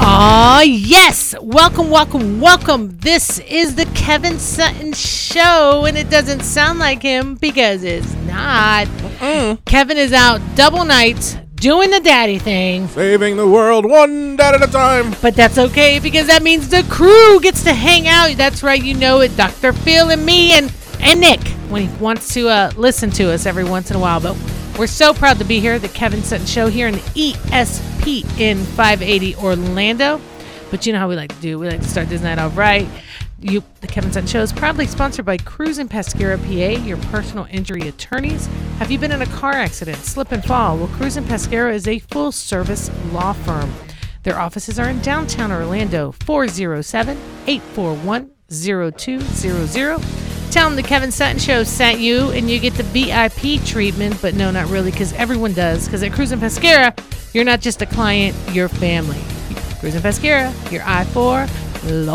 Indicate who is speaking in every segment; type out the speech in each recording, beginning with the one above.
Speaker 1: Oh, yes. Welcome, welcome, welcome. This is the Kevin Sutton Show, and it doesn't sound like him because it's not. Kevin is out double nights doing the daddy thing,
Speaker 2: Saving the world one dad at a time.
Speaker 1: but that's okay because that means the crew gets to hang out. That's right, you know it. Dr. Phil and me and, and Nick when he wants to uh, listen to us every once in a while. But we're so proud to be here, the Kevin Sutton Show here in E ESPN 580 Orlando. But you know how we like to do. We like to start this night off right. You, the Kevin Sun Show is proudly sponsored by Cruise and Pescara PA, your personal injury attorneys. Have you been in a car accident, slip and fall? Well, Cruise and Pescara is a full service law firm. Their offices are in downtown Orlando, 407 841 0200. Tell them the Kevin Sutton Show sent you, and you get the VIP treatment. But no, not really, because everyone does. Because at Cruise and Pescara, you're not just a client, you're family. Cruise and Pescara, your I four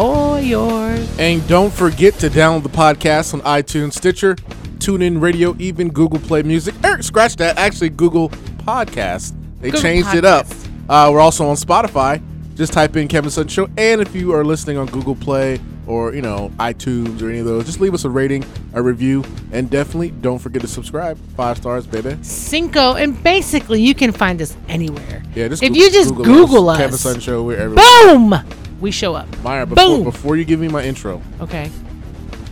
Speaker 1: lawyers.
Speaker 2: And don't forget to download the podcast on iTunes, Stitcher, TuneIn Radio, even Google Play Music. Er, scratch that. Actually, Google Podcast. They
Speaker 1: Google
Speaker 2: changed it up.
Speaker 1: Podcast.
Speaker 2: Uh, we're also on Spotify. Just type in Kevin Sutton Show. And if you are listening on Google Play or, you know, iTunes or any of those, just leave us a rating, a review, and definitely don't forget to subscribe. Five stars, baby.
Speaker 1: Cinco, and basically you can find us anywhere.
Speaker 2: Yeah, just
Speaker 1: if
Speaker 2: Goo-
Speaker 1: you just Google us,
Speaker 2: Kevin Sutton Show, we're everywhere.
Speaker 1: boom, we show up.
Speaker 2: Myra,
Speaker 1: boom.
Speaker 2: before, before you give me my intro,
Speaker 1: Okay,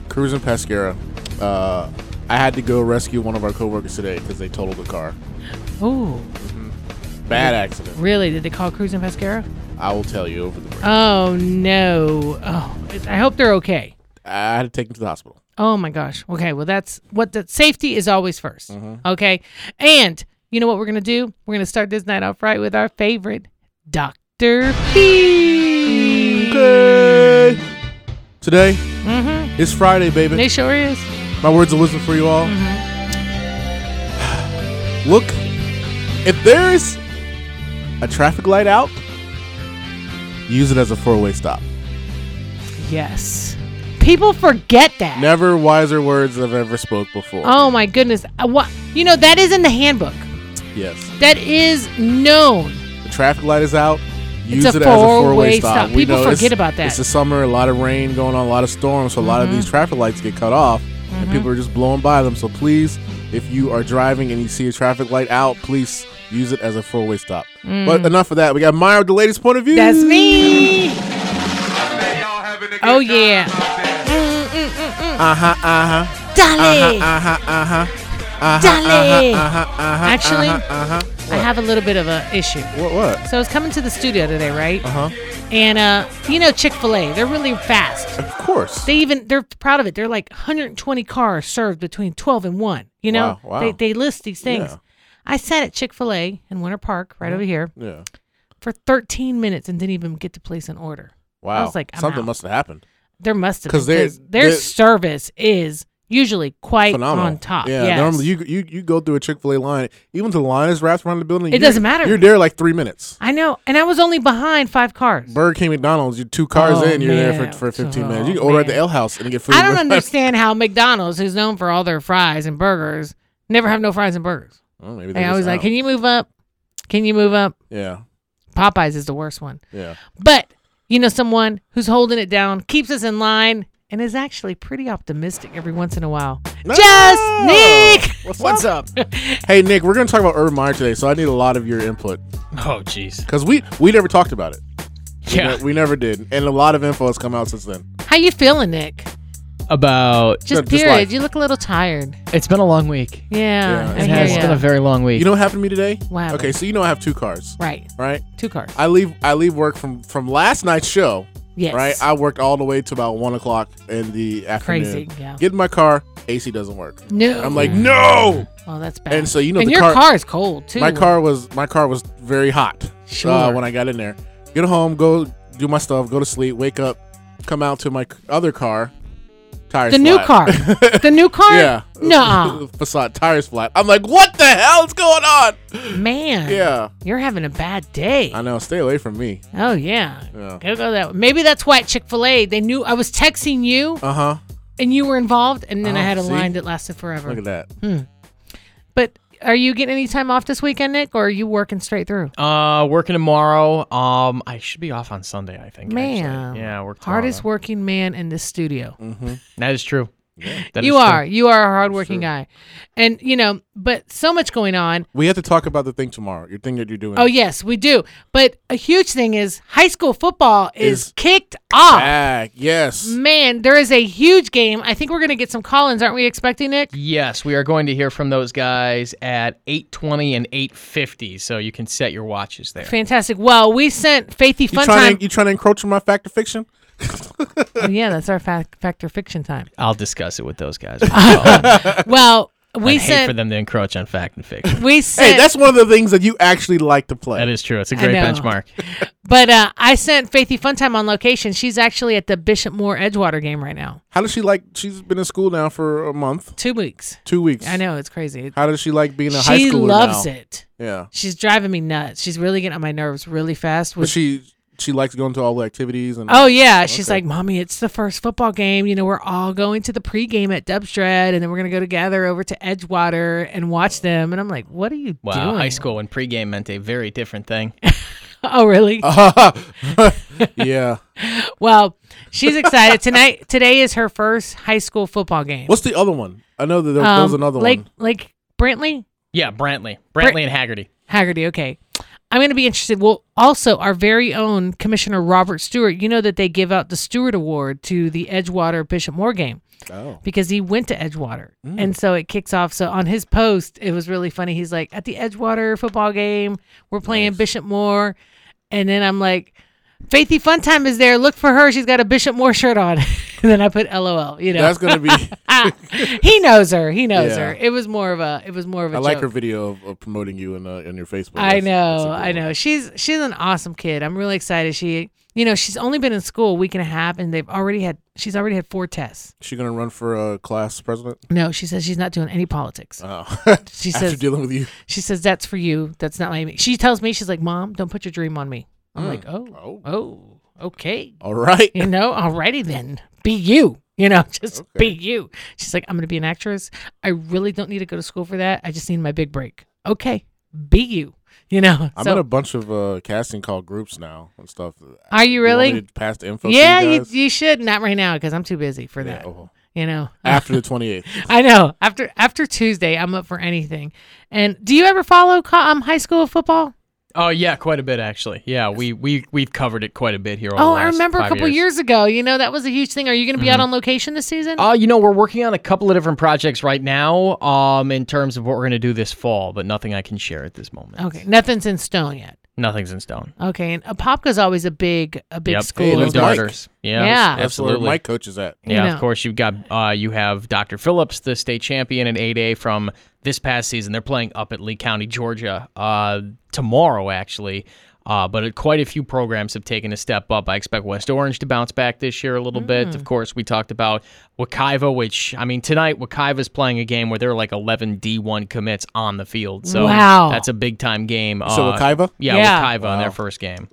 Speaker 2: Cruz and Pescara. Uh, I had to go rescue one of our coworkers today because they totaled the car.
Speaker 1: ooh,
Speaker 2: Bad accident.
Speaker 1: really? Did they call Cruise and Pescara?
Speaker 2: I will tell you over the break.
Speaker 1: Oh no. Oh, I hope they're okay.
Speaker 2: I had to take him to the hospital.
Speaker 1: Oh my gosh. Okay. Well, that's what the safety is always 1st Okay. And you know what we're going to do? We're going to start this night off right with our favorite, Dr. P.
Speaker 2: Okay. Today,
Speaker 1: Mm-hmm.
Speaker 2: it's Friday, baby.
Speaker 1: They sure is.
Speaker 2: My words of wisdom for you all.
Speaker 1: Mm-hmm.
Speaker 2: Look, if there is a traffic light out, use it as a four way stop.
Speaker 1: Yes. People forget that.
Speaker 2: Never wiser words I've ever spoke before.
Speaker 1: Oh my goodness. What? You know, that is in the handbook.
Speaker 2: Yes.
Speaker 1: That is known.
Speaker 2: The traffic light is out. Use
Speaker 1: It's a
Speaker 2: it as a
Speaker 1: four-way
Speaker 2: four-way stop.
Speaker 1: stop. People
Speaker 2: it's-
Speaker 1: forget about that. Mm-hmm.
Speaker 2: It's the summer, a lot of rain going on, a lot of storms, so a lot of these traffic lights get cut off, and people are just blowing by them. So please, if you are driving and you see a traffic light out, please use it as a four-way stop. But enough of that. We got Myra with the latest point of view.
Speaker 1: Mm. That's me. Oh,
Speaker 3: Oh
Speaker 1: yeah.
Speaker 3: yeah.
Speaker 2: Uh huh. Uh huh.
Speaker 1: Dolly.
Speaker 2: Uh huh. Uh huh.
Speaker 1: Dolly.
Speaker 2: Uh huh.
Speaker 1: Actually,
Speaker 2: Uh huh.
Speaker 1: I have a little bit of a issue.
Speaker 2: What? What?
Speaker 1: So I was coming to the studio today, right?
Speaker 2: Uh huh.
Speaker 1: And uh, you know Chick Fil A, they're really fast.
Speaker 2: Of course.
Speaker 1: They even they're proud of it. They're like 120 cars served between 12 and 1. You know,
Speaker 2: Wow, wow.
Speaker 1: they they list these things.
Speaker 2: Yeah.
Speaker 1: I sat at Chick Fil A in Winter Park, right over here,
Speaker 2: yeah.
Speaker 1: for 13 minutes and didn't even get to place an order.
Speaker 2: Wow.
Speaker 1: was like, I'm
Speaker 2: Something
Speaker 1: out.
Speaker 2: must have happened.
Speaker 1: There must have
Speaker 2: 'Cause
Speaker 1: been,
Speaker 2: they're-
Speaker 1: their
Speaker 2: they're-
Speaker 1: service is usually quite
Speaker 2: phenomenal
Speaker 1: on top.
Speaker 2: Yeah,
Speaker 1: yes.
Speaker 2: normally you, you you go through a Chick Fil A line, even if the line is wrapped around the building.
Speaker 1: It
Speaker 2: you're-
Speaker 1: doesn't matter.
Speaker 2: You're there like three minutes.
Speaker 1: I know, and I was only behind five cars.
Speaker 2: Burger King, McDonald's, you're two cars
Speaker 1: Oh,
Speaker 2: in, you're there
Speaker 1: man.
Speaker 2: for, for 15
Speaker 1: Oh,
Speaker 2: minutes. You can order at the
Speaker 1: man.
Speaker 2: L House and get food.
Speaker 1: I don't understand how McDonald's, who's known for all their fries and burgers, never have no fries and burgers.
Speaker 2: Oh, maybe
Speaker 1: I was like, "Can you move up? Can you move up?"
Speaker 2: yeah,
Speaker 1: Popeyes is the worst one,
Speaker 2: yeah.
Speaker 1: but you know, someone who's holding it down keeps us in line and is actually pretty optimistic every once in a while. Just Nick.
Speaker 2: What's,
Speaker 4: What's
Speaker 2: up?
Speaker 4: up?
Speaker 2: Hey Nick, we're gonna talk about Urban Meyer today, so I need a lot of your input
Speaker 4: Oh, jeez.
Speaker 2: because we we never talked about it. We
Speaker 4: Yeah.
Speaker 2: ne- we never did, and a lot of info has come out since then.
Speaker 1: How you feeling, Nick?
Speaker 4: About
Speaker 1: Just
Speaker 2: Good, just
Speaker 1: period.
Speaker 2: life.
Speaker 1: you look a little tired.
Speaker 4: it's been a long week.
Speaker 1: Yeah,
Speaker 2: Yeah,
Speaker 1: I
Speaker 4: It
Speaker 2: it's
Speaker 1: hear
Speaker 4: has
Speaker 1: ya.
Speaker 4: been a very long week.
Speaker 2: You know what happened to me today?
Speaker 1: What happened?
Speaker 2: Okay, so you know I have two cars,
Speaker 1: right.
Speaker 2: right?
Speaker 1: Two cars.
Speaker 2: I leave I leave work from from last night's show.
Speaker 1: Yes.
Speaker 2: Right, I worked all the way to about one o'clock in the afternoon.
Speaker 1: Crazy, yeah.
Speaker 2: Get in my car, AC doesn't work.
Speaker 1: no.
Speaker 2: I'm like, no.
Speaker 1: oh, that's bad.
Speaker 2: And so you know
Speaker 1: and
Speaker 2: the
Speaker 1: your
Speaker 2: car,
Speaker 1: is cold too.
Speaker 2: my car was my car was very hot. Uh,
Speaker 1: Sure.
Speaker 2: when I got in there, get home, go do my stuff, go to sleep, wake up, come out to my c- other car, tires.
Speaker 1: The new car. the new car.
Speaker 2: yeah.
Speaker 1: No,
Speaker 2: Facade tires flat. I'm like, what the hell is going on?
Speaker 1: man.
Speaker 2: Yeah.
Speaker 1: You're having a bad day.
Speaker 2: I know. Stay away from me.
Speaker 1: Oh yeah.
Speaker 2: Yeah.
Speaker 1: Go go that way. Maybe that's why at Chick Fil A they knew I was texting you
Speaker 2: Uh huh.
Speaker 1: and you were involved, and then I
Speaker 2: Oh,
Speaker 1: had a
Speaker 2: see?
Speaker 1: line that lasted
Speaker 2: Look at
Speaker 1: forever.
Speaker 2: that.
Speaker 1: But are you getting any time off this weekend, Nick, or are you working straight through?
Speaker 4: Uh, working tomorrow. Um, I should be off on Sunday. I think. actually.
Speaker 1: Man.
Speaker 4: Yeah, work tomorrow.
Speaker 1: Hardest working man in this studio.
Speaker 2: Mm-hmm.
Speaker 4: That is true. That
Speaker 1: you
Speaker 4: is true.
Speaker 1: are. You are a hardworking guy. And, you know, but so much going on.
Speaker 2: We have to talk about the thing tomorrow. Your thing that you're doing.
Speaker 1: Oh, yes, we do. But a huge thing is high school football is,
Speaker 2: Is
Speaker 1: kicked off.
Speaker 2: Back.
Speaker 1: Hmm.
Speaker 2: Yes.
Speaker 1: Man, there is a huge game. I think we're going to get some call ins, aren't we expecting, Nick?
Speaker 4: Yes, we are going to hear from those guys at 8:20 and 8:50, so you can set your watches there.
Speaker 1: Fantastic. Well, we sent Faithy
Speaker 2: You
Speaker 1: Fun
Speaker 2: trying
Speaker 1: Time.
Speaker 2: to you trying to encroach on my fact or fiction?
Speaker 1: Oh, yeah, that's our fact, factor fiction time.
Speaker 4: I'll discuss it with those guys. I
Speaker 1: Well, we
Speaker 4: hate for
Speaker 1: sent.
Speaker 4: them to encroach on fact and fiction.
Speaker 1: We
Speaker 2: Hey,
Speaker 1: sent.
Speaker 2: that's one of the things that you actually like to play.
Speaker 4: That is true. It's a
Speaker 1: I
Speaker 4: great
Speaker 1: know.
Speaker 4: benchmark.
Speaker 1: But uh, I sent Faithy Funtime on location. She's actually at the Bishop Moore Edgewater game right now.
Speaker 2: How does she like? She's been in school now for a month,
Speaker 1: Two weeks.
Speaker 2: two weeks.
Speaker 1: I know it's crazy.
Speaker 2: How does she like being a high
Speaker 1: She
Speaker 2: schooler
Speaker 1: loves
Speaker 2: now?
Speaker 1: it.
Speaker 2: Yeah,
Speaker 1: She's driving me nuts. She's really getting on my nerves really fast.
Speaker 2: but
Speaker 1: With,
Speaker 2: she she likes going to all the activities and
Speaker 1: oh yeah, she's
Speaker 2: Okay.
Speaker 1: like, "Mommy, it's the first football game. You know, we're all going to the pregame at Dubstred, and then we're gonna go together over to Edgewater and watch them." And I'm like, "What are you
Speaker 4: Wow,
Speaker 1: doing?"
Speaker 4: high school and pregame meant a very different thing.
Speaker 1: Oh really?
Speaker 2: yeah.
Speaker 1: well, she's excited tonight. Today is her first high school football game.
Speaker 2: What's the other one? I know that there, there was
Speaker 1: Um,
Speaker 2: another
Speaker 1: like,
Speaker 2: one.
Speaker 1: Like Brantley.
Speaker 4: Yeah, Brantley, Brantley
Speaker 1: Brant-
Speaker 4: and Haggerty.
Speaker 1: Haggerty, okay. I'm going to be interested. Well, also, our very own Commissioner Robert Stewart, you know that they give out the Stewart Award to the Edgewater Bishop Moore game
Speaker 2: Oh,
Speaker 1: because he went to Edgewater.
Speaker 2: Mm.
Speaker 1: And so it kicks off. So on his post, it was really funny. He's like, at the Edgewater football game, we're playing Bishop Moore. And then I'm like, Faithy Funtime is there. Look for her. She's got a Bishop Moore shirt on. and then I put LOL, you know.
Speaker 2: that's gonna be.
Speaker 1: Ah, he knows her. He knows
Speaker 2: Yeah.
Speaker 1: her. It was more of a it was more of a
Speaker 2: I like
Speaker 1: joke.
Speaker 2: her video of, of promoting you in, uh, in your Facebook.
Speaker 1: I
Speaker 2: That's- that's a
Speaker 1: know,
Speaker 2: good
Speaker 1: I
Speaker 2: one.
Speaker 1: know. She's she's an awesome kid. I'm really excited. She, you know, she's only been in school a week and a half, and they've already had she's already had four tests.
Speaker 2: She gonna run for uh, class president?
Speaker 1: No, she says she's not doing any politics.
Speaker 2: Oh,
Speaker 1: She
Speaker 2: after
Speaker 1: says
Speaker 2: dealing with you.
Speaker 1: she says that's for you. That's not my. She tells me she's like, mom, don't put your dream on me. I'm like, oh,
Speaker 2: Oh,
Speaker 1: oh, okay,
Speaker 2: all right.
Speaker 1: you know, alrighty then, be you. You know, just be you. She's like, I'm gonna be an actress. I really don't need to go to school for that. I just need my big break. Okay, be you. You know,
Speaker 2: I'm
Speaker 1: so
Speaker 2: in a bunch of uh, casting call groups now and stuff.
Speaker 1: are you really?
Speaker 2: You want me to pass the info. to
Speaker 1: Yeah,
Speaker 2: you,
Speaker 1: you,
Speaker 2: guys?
Speaker 1: you should not right now because I'm too busy for
Speaker 2: Yeah,
Speaker 1: that.
Speaker 2: oh.
Speaker 1: You know,
Speaker 2: After the 28th.
Speaker 1: I know. After after Tuesday, I'm up for anything. And do you ever follow co- um, high school football?
Speaker 4: Oh yeah, quite a bit actually. Yeah, we we we've covered it quite a bit here. Over
Speaker 1: Oh,
Speaker 4: the
Speaker 1: I
Speaker 4: last
Speaker 1: remember a
Speaker 4: five
Speaker 1: couple years. ago. You know that was a huge thing. Are you going to be out on location this season?
Speaker 4: Uh, you know, we're working on a couple of different projects right now um, in terms of what we're going to do this fall, but nothing I can share at this moment.
Speaker 1: okay, nothing's in stone yet.
Speaker 4: Nothing's in stone.
Speaker 1: Okay, and Apopka's always a big a big
Speaker 4: Yep.
Speaker 1: school.
Speaker 2: Hey,
Speaker 4: Blue
Speaker 2: that's Mike.
Speaker 4: Darters. Yeah,
Speaker 1: Yeah.
Speaker 2: That's where
Speaker 4: absolutely.
Speaker 2: my coach is at.
Speaker 1: You
Speaker 4: yeah,
Speaker 1: know.
Speaker 4: of course. You've got uh, you have Dr. Phillips, the state champion in 8A from this past season. They're playing up at Lee County, Georgia, uh, tomorrow actually. Uh, but quite a few programs have taken a step up. I expect West Orange to bounce back this year a little
Speaker 1: Mm.
Speaker 4: bit. Of course, we talked about Wakiva, which I mean tonight Wakiva's playing a game where they're like 11 D1 commits on the field. So
Speaker 1: Wow.
Speaker 4: that's a big time game.
Speaker 2: So
Speaker 4: Uh,
Speaker 2: Wakaiva?
Speaker 4: yeah,
Speaker 1: Yeah.
Speaker 4: Wakiva in
Speaker 2: Wow.
Speaker 4: their first game.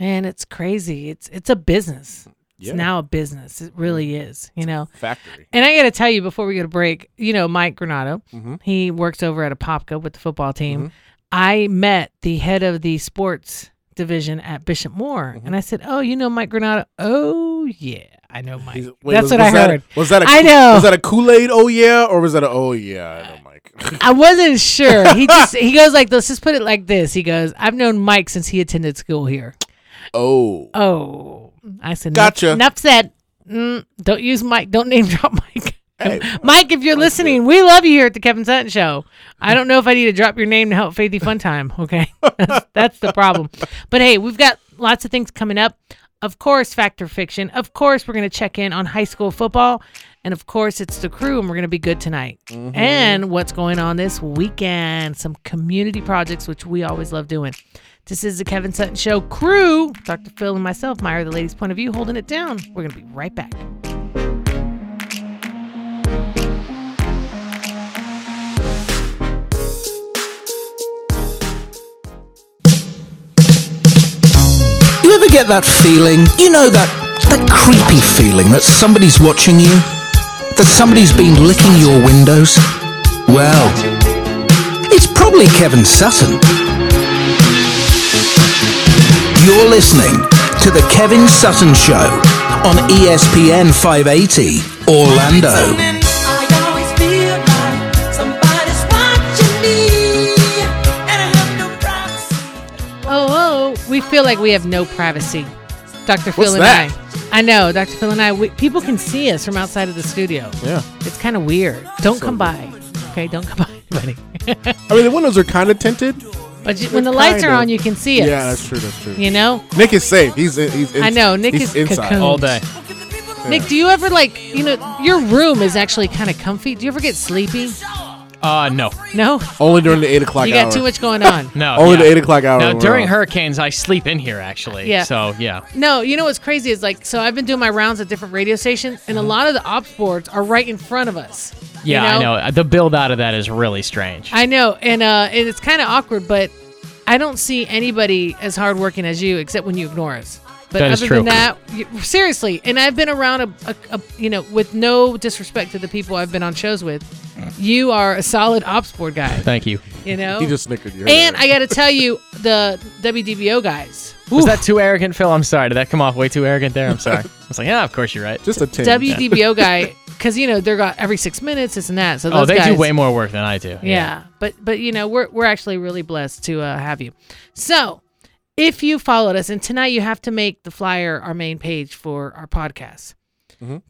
Speaker 1: Man, it's crazy. It's it's a business.
Speaker 2: Yeah.
Speaker 1: It's now a business. It really is. You know.
Speaker 2: Factory.
Speaker 1: And I got to tell you before we go to break, you know, Mike Granado,
Speaker 2: Mm-hmm.
Speaker 1: he works over at Apopka with the football team. I met the head of the sports division at Bishop Moore
Speaker 2: Mm-hmm.
Speaker 1: and I said, Oh, you know Mike Granado? Oh, yeah, I know Mike.
Speaker 2: He's-
Speaker 1: That's
Speaker 2: wait, was-
Speaker 1: what I
Speaker 2: was that-
Speaker 1: heard.
Speaker 2: was that a,
Speaker 1: I know.
Speaker 2: Was that a Kool Aid? Oh yeah, or was that a oh yeah? I know, Mike.
Speaker 1: I wasn't sure. He just he goes like this, just put it like this. He goes, I've known Mike since he attended school here.
Speaker 2: oh,
Speaker 1: Oh, I said,
Speaker 2: Gotcha.
Speaker 1: Enough said. Mm, don't use Mike. Don't name drop Mike.
Speaker 2: Hey,
Speaker 1: Mike, if you're listening, we love you here at the Kevin Sutton Show. I don't know if I need to drop your name to help Faithy Fun Time. Okay, that's, that's the problem. But hey, we've got lots of things coming up. Of course, Factor Fiction. Of course, we're going to check in on high school football, and of course, it's the crew, and we're going to be good tonight. And what's going on this weekend? Some community projects, which we always love doing. This is the Kevin Sutton Show crew. Dr. Phil and myself, Meyer, the ladies' point of view, holding it down. We're going to be right back.
Speaker 3: You ever get that feeling? You know that that creepy feeling that somebody's watching you? That somebody's been licking your windows? Well, It's probably Kevin Sutton. You're listening to The Kevin Sutton Show on E ESPN 580, Orlando.
Speaker 5: I always feel like somebody's watching me, and I have no privacy.
Speaker 1: Oh, oh, we feel like we have no privacy. Dr. Phil
Speaker 2: What's
Speaker 1: and
Speaker 2: that?
Speaker 1: I. I know, Dr. Phil and I. We, people can see us from outside of the studio.
Speaker 2: Yeah.
Speaker 1: It's kind of weird. Don't come by. Okay, don't come by, buddy.
Speaker 2: I mean, the windows are kind of tinted.
Speaker 1: But you, when the lights
Speaker 2: Kind
Speaker 1: are
Speaker 2: of.
Speaker 1: on, you can see us.
Speaker 2: Yeah, that's true. That's true.
Speaker 1: You know,
Speaker 2: Nick is safe. He's he's. In,
Speaker 1: I know, Nick
Speaker 2: he's
Speaker 1: is
Speaker 2: inside.
Speaker 1: cocooned.
Speaker 4: all day.
Speaker 1: Nick, do you ever like you know your room is actually kind of comfy? Do you ever get sleepy?
Speaker 4: Uh, no,
Speaker 1: No,
Speaker 2: Only during the eight o'clock
Speaker 1: you
Speaker 2: hour.
Speaker 1: got too much going on.
Speaker 4: no.
Speaker 2: Only
Speaker 4: yeah.
Speaker 2: the eight o'clock hour.
Speaker 4: Now
Speaker 2: we're
Speaker 4: during
Speaker 2: on.
Speaker 4: hurricanes, I sleep in here actually.
Speaker 1: Yeah.
Speaker 4: So yeah.
Speaker 1: No, you know what's crazy is like so I've been doing my rounds at different radio stations, and a lot of the ops boards are right in front of us. you
Speaker 4: Uh-huh. Yeah, I know. The build out of that is really strange.
Speaker 1: I know, and uh, and it's kind of awkward, but I don't see anybody as hardworking as you, except when you ignore us. But
Speaker 4: That
Speaker 1: other
Speaker 4: is
Speaker 1: than
Speaker 4: true.
Speaker 1: that, you, seriously, and I've been around a, a, a, you know, with no disrespect to the people I've been on shows with, you are a solid ops board guy.
Speaker 4: Thank you.
Speaker 1: You know,
Speaker 2: He just snickered. You heard
Speaker 1: and
Speaker 2: that.
Speaker 1: I got to tell you, the WDBO guys,
Speaker 4: Was that too arrogant, Phil? I'm sorry. Did that come off way too arrogant there? I'm sorry. I was like, yeah, of course you're right.
Speaker 2: just a tinge.
Speaker 1: WDBO guy, because you know they're got every six minutes, this and that. So those
Speaker 4: Oh, they
Speaker 1: guys,
Speaker 4: do way more work than I do.
Speaker 1: Yeah. but but you know we're we're actually really blessed to uh, have you. So if you followed us, and tonight you have to make the flyer our main page for our podcast.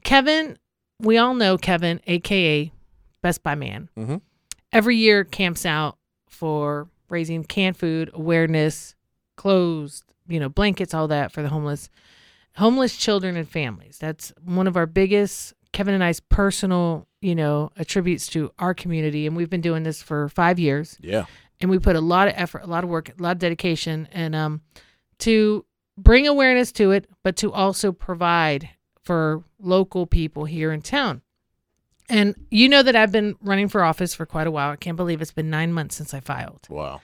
Speaker 1: Kevin, we all know Kevin, aka Best Buy Man.
Speaker 2: Mhm.
Speaker 1: Every year camps out for raising canned food awareness, clothes, you know, blankets, all that for the homeless, homeless children and families. That's one of our biggest Kevin and I's personal, you know, attributes to our community, and we've been doing this for five years
Speaker 2: Yeah.
Speaker 1: and we put a lot of effort, a lot of work, a lot of dedication, and um, to bring awareness to it, but to also provide for local people here in town. And you know that I've been running for office for quite a while. I can't believe it's been nine months since I filed
Speaker 2: Wow.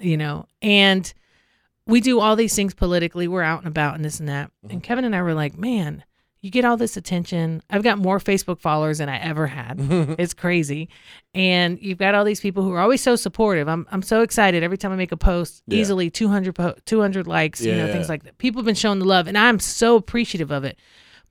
Speaker 1: you know, and we do all these things politically. We're out and about and this and that.
Speaker 2: Mm-hmm.
Speaker 1: And Kevin and I were like, man, you get all this attention. I've got more Facebook followers than I ever had. it's crazy. And you've got all these people who are always so supportive. I'm, I'm so excited every time I make a post,
Speaker 2: Yeah.
Speaker 1: easily 200, po- 200 likes, you know,
Speaker 2: Yeah.
Speaker 1: things like that. People have been showing the love, and I'm so appreciative of it.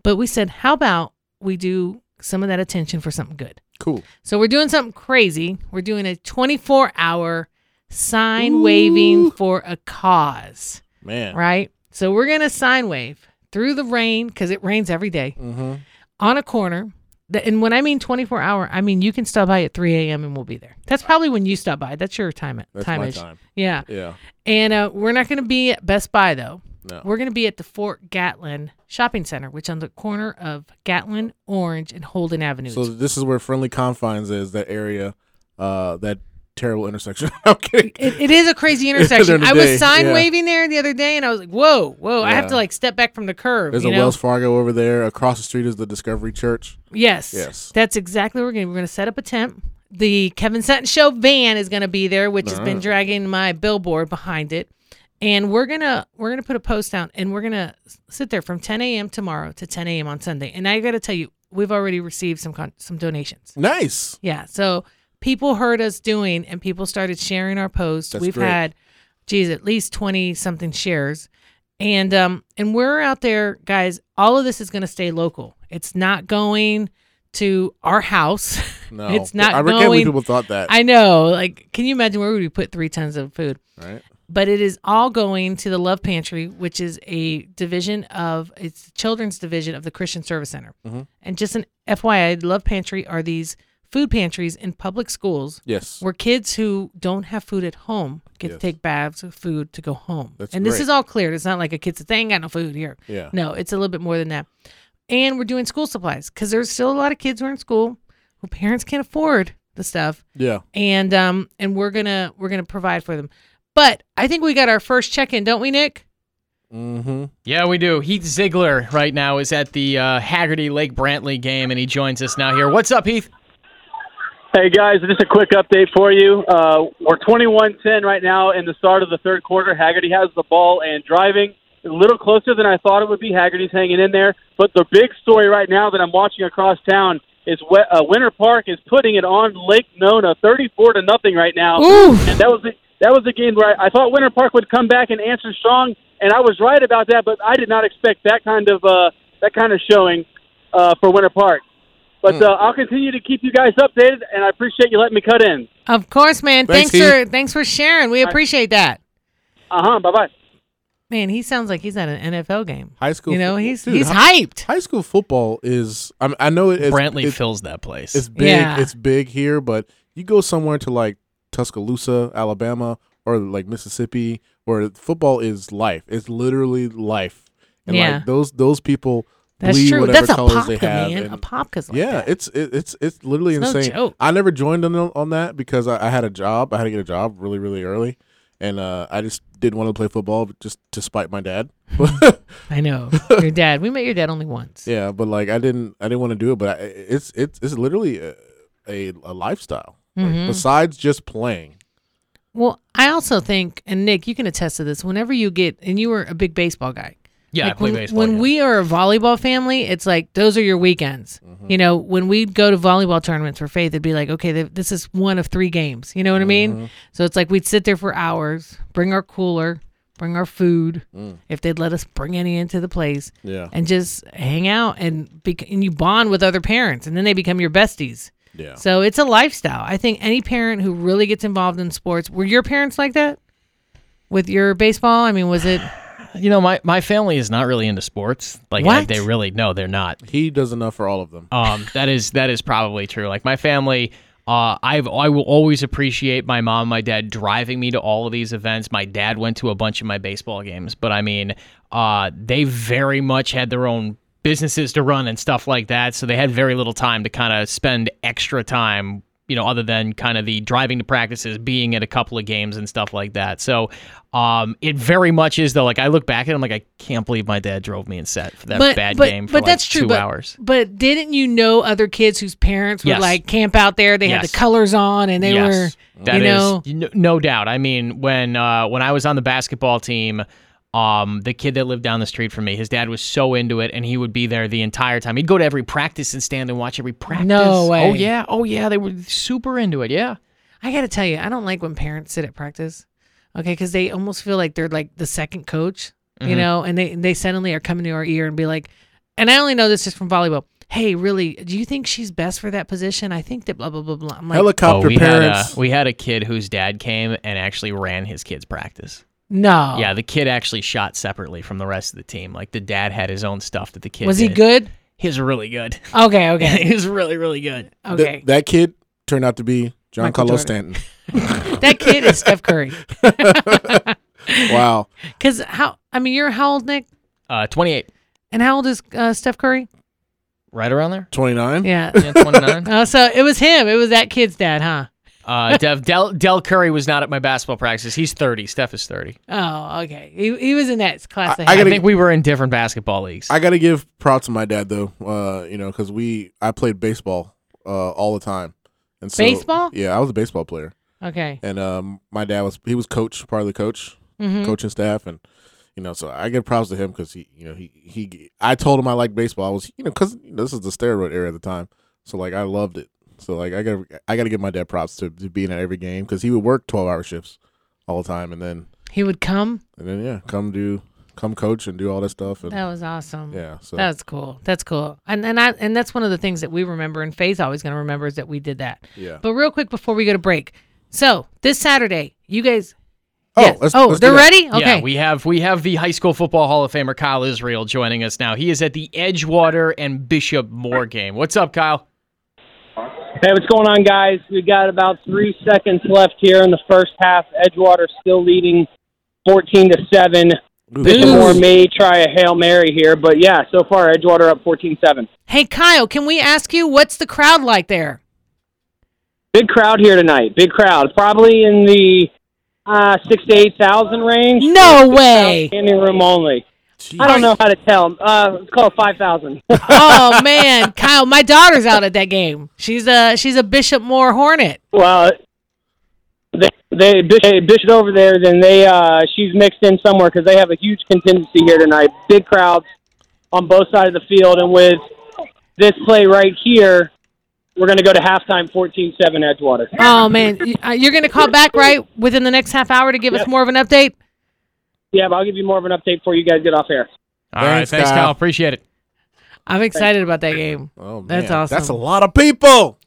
Speaker 1: But we said, how about we do some of that attention for something good?
Speaker 2: Cool.
Speaker 1: So we're doing something crazy. We're doing a 24 hour sign waving for a cause,
Speaker 2: Man.
Speaker 1: right? So we're going to sign wave through the rain because it rains every day
Speaker 2: Mm-hmm.
Speaker 1: on a corner. Th- And when I mean 24 hour, I mean you can stop by at 3 a.m. and we'll be there. That's probably when you stop by. That's your time.
Speaker 2: That's
Speaker 1: time
Speaker 2: my
Speaker 1: ish.
Speaker 2: time.
Speaker 1: Yeah.
Speaker 2: Yeah.
Speaker 1: And uh, we're not going to be at Best Buy though.
Speaker 2: No.
Speaker 1: We're going to be at the Fort Gatlin Shopping Center, which on the corner of Gatlin, Orange, and Holden Avenues.
Speaker 2: So this is where friendly confines is. That area. Uh, that terrible intersection. I'm kidding.
Speaker 1: It, it is a crazy
Speaker 2: During
Speaker 1: intersection.
Speaker 2: the
Speaker 1: I
Speaker 2: day,
Speaker 1: was sign
Speaker 2: yeah.
Speaker 1: waving there the other day, and I was like, "Whoa, whoa!" I have
Speaker 2: Yeah.
Speaker 1: to like step back from the curve.
Speaker 2: There's
Speaker 1: you
Speaker 2: a
Speaker 1: know?
Speaker 2: Wells Fargo over there. Across the street is the Discovery Church.
Speaker 1: Yes,
Speaker 2: Yes.
Speaker 1: That's exactly what we're going. to We're going to set up a tent. The Kevin Sutton Show van is going to be there, which has been dragging my billboard behind it. And we're gonna we're gonna put a post down, and we're gonna s- sit there from 10 a.m. tomorrow to 10 a.m. on Sunday. And I got to tell you, we've already received some con- some donations.
Speaker 2: Nice.
Speaker 1: Yeah. So people heard us doing and people started sharing our posts.
Speaker 2: That's
Speaker 1: We've
Speaker 2: great.
Speaker 1: had, geez, at least 20 something shares. And um and we're out there, guys, all of this is gonna stay local. It's not going to our house.
Speaker 2: No.
Speaker 1: It's not
Speaker 2: I
Speaker 1: going
Speaker 2: can't believe people thought that.
Speaker 1: I know. Like, can you imagine where would we put three tons of food?
Speaker 2: right.
Speaker 1: but it is all going to the Love Pantry, which is a division of it's the children's division of the Christian Service Center.
Speaker 2: Mm-hmm.
Speaker 1: And just an FYI, the Love Pantry are these food pantries in public schools
Speaker 2: Yes.
Speaker 1: where kids who don't have food at home get to
Speaker 2: Yes.
Speaker 1: take baths of food to go home.
Speaker 2: That's
Speaker 1: and this
Speaker 2: great.
Speaker 1: is all cleared. It's not like a kid says, they ain't got no food here.
Speaker 2: Yeah.
Speaker 1: No, it's a little bit more than that. And we're doing school supplies because there's still a lot of kids who are in school who parents can't afford the stuff
Speaker 2: Yeah.
Speaker 1: and um and we're gonna we're gonna provide for them. But I think we got our first check in, don't we, Nick?
Speaker 2: Mm-hmm.
Speaker 4: Yeah, we do. Heath Ziegler right now is at the uh, Haggerty Lake Brantley game, and he joins us now here. What's up, Heath?
Speaker 6: Hey guys, just a quick update for you. Uh, we're 21-10 right now in the start of the third quarter. Haggerty has the ball and driving a little closer than I thought it would be. Haggerty's hanging in there, but the big story right now that I'm watching across town is we- uh, Winter Park is putting it on Lake Nona, thirty-four to nothing right now.
Speaker 1: Oof.
Speaker 6: And that was a, that was a game where I, I thought Winter Park would come back and answer strong, and I was right about that. But I did not expect that kind of uh, that kind of showing uh, for Winter Park. But uh, I'll continue to keep you guys updated, and I appreciate you letting me cut in.
Speaker 1: Of course, man. Thanks,
Speaker 2: Thanks,
Speaker 1: for thanks for sharing. We appreciate that.
Speaker 6: Uh huh. Bye bye.
Speaker 1: Man, he sounds like he's at an NFL game.
Speaker 2: High school
Speaker 1: You know,
Speaker 2: football-
Speaker 1: he's
Speaker 2: Dude,
Speaker 1: he's
Speaker 2: hi-
Speaker 1: hyped.
Speaker 2: High school football is. I, mean, I know it, it's
Speaker 4: Brantley
Speaker 2: it's,
Speaker 4: fills that place.
Speaker 2: it's big.
Speaker 1: Yeah.
Speaker 2: It's big here, but you go somewhere to like Tuscaloosa, Alabama, or like Mississippi, where football is life. It's literally life. And
Speaker 1: Yeah.
Speaker 2: like those those people
Speaker 1: That's
Speaker 2: bleed
Speaker 1: true.
Speaker 2: whatever
Speaker 1: That's a
Speaker 2: colors they
Speaker 1: popka,
Speaker 2: have.
Speaker 1: man.
Speaker 2: and-
Speaker 1: A popka's like
Speaker 2: yeah,
Speaker 1: that.
Speaker 2: it's it, it's it's literally
Speaker 1: It's no
Speaker 2: insane.
Speaker 1: joke.
Speaker 2: I never joined on on that because I, I had a job. I had to get a job really really early, and uh, I just didn't want to play football but just to spite my dad.
Speaker 1: I know. your dad. We met your dad only once.
Speaker 2: yeah, but like I didn't I didn't want to do it. But I, it's it's it's literally a a, a lifestyle Like,
Speaker 1: Mm-hmm.
Speaker 2: besides just playing.
Speaker 1: Well, I also think, and Nick, you can attest to this. Whenever you get, and you were a big baseball guy.
Speaker 4: yeah,
Speaker 1: Like,
Speaker 4: I play
Speaker 1: when,
Speaker 4: baseball.
Speaker 1: when
Speaker 4: yeah.
Speaker 1: we are a volleyball family, it's like those are your weekends.
Speaker 4: Mm-hmm.
Speaker 1: You know, when we'd go to volleyball tournaments for Faith, it'd be like, okay, th- this is one of three games. You know what I
Speaker 4: Mm-hmm.
Speaker 1: mean? So it's like we'd sit there for hours, bring our cooler, bring our food,
Speaker 4: Mm.
Speaker 1: if they'd let us bring any into the place,
Speaker 2: Yeah.
Speaker 1: and just hang out and bec- and you bond with other parents, and then they become your besties.
Speaker 2: Yeah.
Speaker 1: So it's a lifestyle. I think any parent who really gets involved in sports, were your parents like that? With your baseball, I mean, was it?
Speaker 4: you know, my, my family is not really into sports. Like, I-
Speaker 1: What?
Speaker 4: they really, no, they're not.
Speaker 2: He does enough for all of
Speaker 1: Oh
Speaker 2: them.
Speaker 4: Um, that is that is probably true. Like my family, uh, I've I will always appreciate my mom, and my dad driving me to all of these events. My dad went to a bunch of my baseball games, but I mean, uh, they very much had their own businesses to run and stuff like that, so they had very little time to kind of spend extra time. You know, other than kind of the driving to practices, being at a couple of games and stuff like that. So, um, it very much is though. Like I look back at, it, I'm like, I can't believe my dad drove me and set for that bad game for like two
Speaker 1: but,
Speaker 4: hours.
Speaker 1: But didn't you know other kids whose parents would
Speaker 4: Yes.
Speaker 1: like camp out there? They had
Speaker 4: Yes.
Speaker 1: the colors on and they were,
Speaker 4: That
Speaker 1: you
Speaker 4: is-
Speaker 1: know,
Speaker 4: you kn- no doubt. I mean, when uh, when I was on the basketball team, um, the kid that lived down the street from me, his dad was so into it, and he would be there the entire time. He'd go to every practice and stand and watch every practice.
Speaker 1: way.
Speaker 4: Oh yeah, oh yeah, they were super into it. Yeah.
Speaker 1: I got to tell you, I don't like when parents sit at practice, okay, because they almost feel like they're like the second coach,
Speaker 4: Mm-hmm.
Speaker 1: you know, and they they suddenly are coming to our ear and be like, and I only know this just from volleyball. Hey, really, do you think she's best for that position? I think that blah blah blah blah. I'm like,
Speaker 2: Helicopter
Speaker 4: Oh,
Speaker 1: Oh,
Speaker 4: we
Speaker 1: uh,
Speaker 2: parents.
Speaker 4: had a, we had a kid whose dad came and actually ran his kid's practice.
Speaker 1: no,
Speaker 4: Yeah, the kid actually shot separately from the rest of the team. Like the dad had his own stuff that the kid
Speaker 1: was he
Speaker 4: did.
Speaker 1: good?
Speaker 4: He was really good.
Speaker 1: Okay, okay,
Speaker 4: he was really really good.
Speaker 2: Th-
Speaker 1: okay.
Speaker 2: that kid turned out to be John
Speaker 1: Michael
Speaker 2: Carlos
Speaker 1: Jordan.
Speaker 2: Stanton.
Speaker 1: that kid is Steph Curry.
Speaker 2: Wow.
Speaker 1: Because how? I mean, you're how old, Nick?
Speaker 4: Uh, 28,
Speaker 1: And how old is uh, Steph Curry?
Speaker 4: right around there.
Speaker 2: 29?
Speaker 1: Yeah.
Speaker 4: Yeah, 29.
Speaker 1: Uh, so it was him. It was that kid's dad, huh?
Speaker 4: Uh, Dev, Del, Del Curry was not at my basketball practices. He's 30. Steph is 30.
Speaker 1: Oh, okay. He, he was in that class.
Speaker 2: I-
Speaker 1: they had.
Speaker 2: I
Speaker 4: I
Speaker 2: gotta-
Speaker 4: think we were in different basketball leagues.
Speaker 2: I got to give props to my dad though, uh, you know, because we I played baseball uh, all the time. And so,
Speaker 1: Baseball?
Speaker 2: Yeah, I was a baseball player,
Speaker 1: okay.
Speaker 2: and um, my dad was he was coach, part of the coach,
Speaker 1: Mm-hmm.
Speaker 2: coaching staff, and you know, so I give props to him because he, you know, he he I told him I like baseball. I was you know because you know, this is the steroid era at the time, so like I loved it. So like I got to I got to give my dad props to, to being at every game because he would work twelve hour shifts all the time, and then
Speaker 1: He would come.
Speaker 2: and then yeah, come do come coach and do all that stuff, and
Speaker 1: That was awesome.
Speaker 2: yeah, so
Speaker 1: That was cool. That's cool. And and I and that's one of the things that we remember and Faith's always gonna remember is that we did that.
Speaker 2: Yeah.
Speaker 1: But real quick before we go to break. So this Saturday, you guys
Speaker 2: oh,
Speaker 1: Yes.
Speaker 2: let's-
Speaker 1: oh,
Speaker 2: let's do
Speaker 1: they're
Speaker 2: that.
Speaker 1: ready? Okay.
Speaker 4: Yeah, we have we have the High School Football Hall of Famer Kyle Israel joining us now. He is at the Edgewater and Bishop Moore game. What's up, Kyle?
Speaker 7: Hey, what's going on, guys? We got about three seconds left here in the first half. Edgewater still leading, fourteen to seven. Bishopmore may try a hail mary here, but yeah, so far Edgewater up 14-7.
Speaker 1: hey Kyle, can we ask you what's the crowd like there?
Speaker 7: Big crowd here tonight. Big crowd, probably in the uh, six to eight thousand range.
Speaker 1: No way.
Speaker 7: Standing room only. I don't know how to tell. Uh, let's call it five thousand.
Speaker 1: oh man, Kyle, my daughter's out at that game. She's a she's a Bishop Moore Hornet.
Speaker 7: well, they they Bish, they Bish it over there. Then they uh, she's mixed in somewhere because they have a huge contingency here tonight. Big crowds on both sides of the field, and with this play right here, We're going to go to halftime 14-7 Edgewater.
Speaker 1: Oh man, You- uh, you're gonna call back right within the next half hour to give us more of an update.
Speaker 7: Yeah, but I'll give you more of an update before you guys get off air.
Speaker 4: All right,
Speaker 2: Thanks,
Speaker 4: thanks,
Speaker 2: Kyle.
Speaker 4: Kyle. Appreciate it.
Speaker 1: I'm excited about that game.
Speaker 2: Oh, man.
Speaker 1: That's awesome.
Speaker 2: That's a lot of people.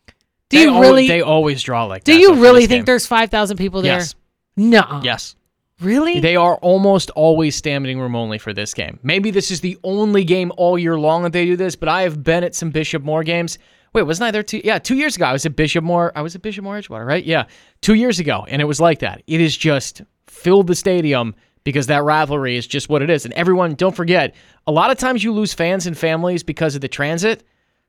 Speaker 1: Do
Speaker 4: They
Speaker 1: you
Speaker 4: al-
Speaker 1: really?
Speaker 4: They always draw like
Speaker 1: do
Speaker 4: that.
Speaker 1: you
Speaker 4: though, for
Speaker 1: really
Speaker 4: this
Speaker 1: think
Speaker 4: game.
Speaker 1: there's five thousand people there?
Speaker 4: Yes.
Speaker 1: No.
Speaker 4: Yes.
Speaker 1: Really?
Speaker 4: They are almost always standing room only for this game. Maybe this is the only game all year long that they do this, but I have been at some Bishop Moore games. Wait, wasn't I there two? Yeah, two years ago. I was at Bishop Moore. I was at Bishop Moore Edgewater, right? Yeah, two years ago, and it was like that. It is just filled the stadium because that rivalry is just what it is. And everyone, don't forget, a lot of times you lose fans and families because of the transit.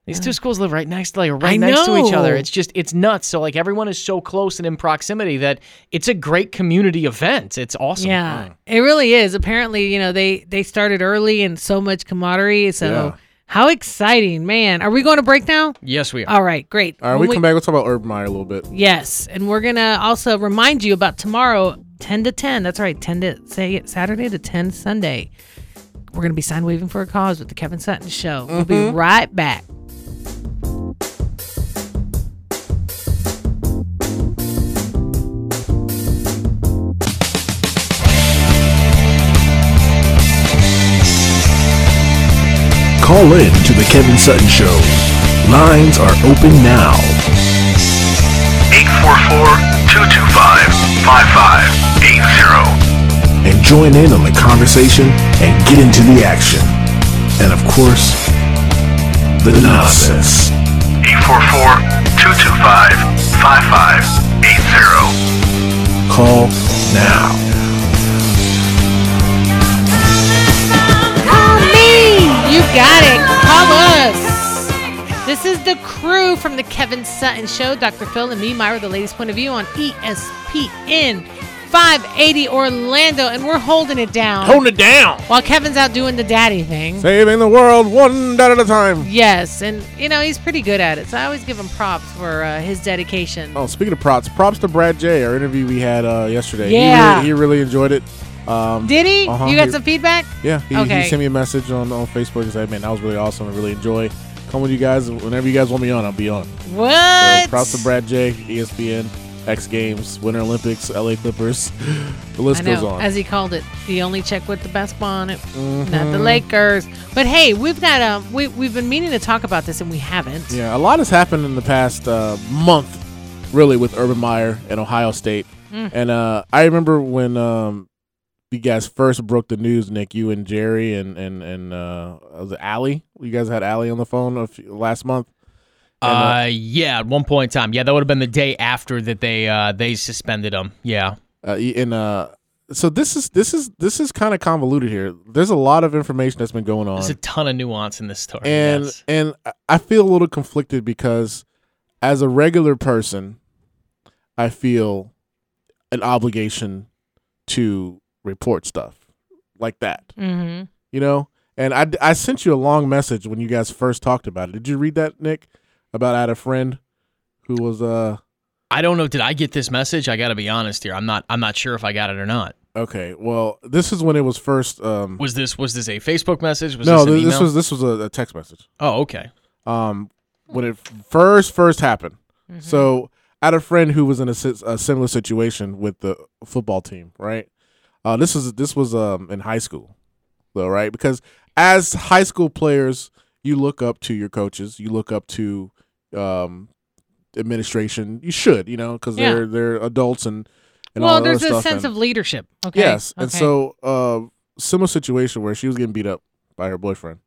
Speaker 4: These two schools live right next to like right
Speaker 1: I
Speaker 4: next to each other.
Speaker 1: know.
Speaker 4: It's just it's nuts. So like everyone is so close and in proximity that it's a great community event. It's awesome.
Speaker 1: Yeah, it really is. Apparently, you know they they started early and so much camaraderie. So
Speaker 2: Yeah.
Speaker 1: how exciting, man! Are we going to break now?
Speaker 4: Yes, we are.
Speaker 1: All right, great.
Speaker 2: All right,
Speaker 1: When
Speaker 2: we come back. We'll talk about Urban Meyer a little bit.
Speaker 1: Yes, and we're gonna also remind you about tomorrow, ten to ten. That's right, ten to say it Saturday to ten Sunday. We're gonna be sign waving for a cause with the Kevin Sutton Show. We'll be
Speaker 2: Mm-hmm.
Speaker 1: right back.
Speaker 3: Call in to the Kevin Sutton Show. Lines are open now.
Speaker 8: 844-225-5580.
Speaker 3: And join in on the conversation and get into the action. And of course, the nonsense.
Speaker 8: 844-225-5580.
Speaker 3: Call now.
Speaker 1: Call me. You got it. Call us. This is the crew from the Kevin Sutton Show. Dr. Phil and me, Myra, the latest point of view on E ESPN 580 Orlando, and we're holding it down
Speaker 2: it down.
Speaker 1: while Kevin's out doing the daddy thing.
Speaker 2: Saving the world one day at a time.
Speaker 1: Yes, and you know he's pretty good at it, so I always give him props for uh, his dedication.
Speaker 2: Oh, speaking of props, props to Brad J. Our interview we had uh, yesterday.
Speaker 1: Yeah.
Speaker 2: he really, he really enjoyed it. Um,
Speaker 1: Did he?
Speaker 2: Uh-huh.
Speaker 1: You got
Speaker 2: He-
Speaker 1: some feedback?
Speaker 2: yeah, he,
Speaker 1: Okay.
Speaker 2: he sent me a message on, on Facebook and said, "Man, that was really awesome. I really enjoy coming with you guys. Whenever you guys want me on, I'll be on."
Speaker 1: What?
Speaker 2: So, props to Brad J. E ESPN, X Games, Winter Olympics, LA Clippers.
Speaker 1: I
Speaker 2: The list goes
Speaker 1: know,
Speaker 2: on.
Speaker 1: as he called it, the only check with the best bonnet, not
Speaker 2: Mm-hmm.
Speaker 1: the Lakers. But hey, we've got um, we we've been meaning to talk about this and we haven't.
Speaker 2: Yeah, a lot has happened in the past uh, month, really, with Urban Meyer and Ohio State. And uh, I remember when um, you guys first broke the news, Nick, you and Jerry and and and uh, was it Allie? You guys had Allie on the phone a few, last month.
Speaker 4: Uh, yeah, at one point in time. Yeah, that would have been the day after that they uh they suspended him. Yeah.
Speaker 2: Uh, y- and uh, so this is this is this is kind of convoluted here. There's a lot of information that's been going on.
Speaker 4: There's a ton of nuance in this story.
Speaker 2: and
Speaker 4: yes.
Speaker 2: and I- I feel a little conflicted because as a regular person, I feel an obligation to report stuff like that,
Speaker 1: Mm-hmm.
Speaker 2: you know. And I, I sent you a long message when you guys first talked about it. Did you read that, Nick? About I had a friend who was uh
Speaker 4: I don't know, did I get this message? I gotta be honest here. I'm not I'm not sure if I got it or not.
Speaker 2: okay. Well, this is when it was first. Um,
Speaker 4: Was this was this a Facebook message? Was
Speaker 2: no,
Speaker 4: this an
Speaker 2: this,
Speaker 4: email?
Speaker 2: this was this was a, a text message.
Speaker 4: Oh, okay.
Speaker 2: um, when it first first happened.
Speaker 1: Mm-hmm.
Speaker 2: So I had a friend who was in a, si- a similar situation with the football team, right? Uh, this was this was um, in high school, though, right? Because as high school players, you look up to your coaches, you look up to um, administration. You should, you know, because
Speaker 1: Yeah.
Speaker 2: they're they're adults and and all
Speaker 1: Well,
Speaker 2: that other
Speaker 1: there's a
Speaker 2: stuff,
Speaker 1: sense
Speaker 2: and-
Speaker 1: of leadership. Okay.
Speaker 2: Yes, and
Speaker 1: Okay.
Speaker 2: so uh, similar situation where she was getting beat up by her boyfriend,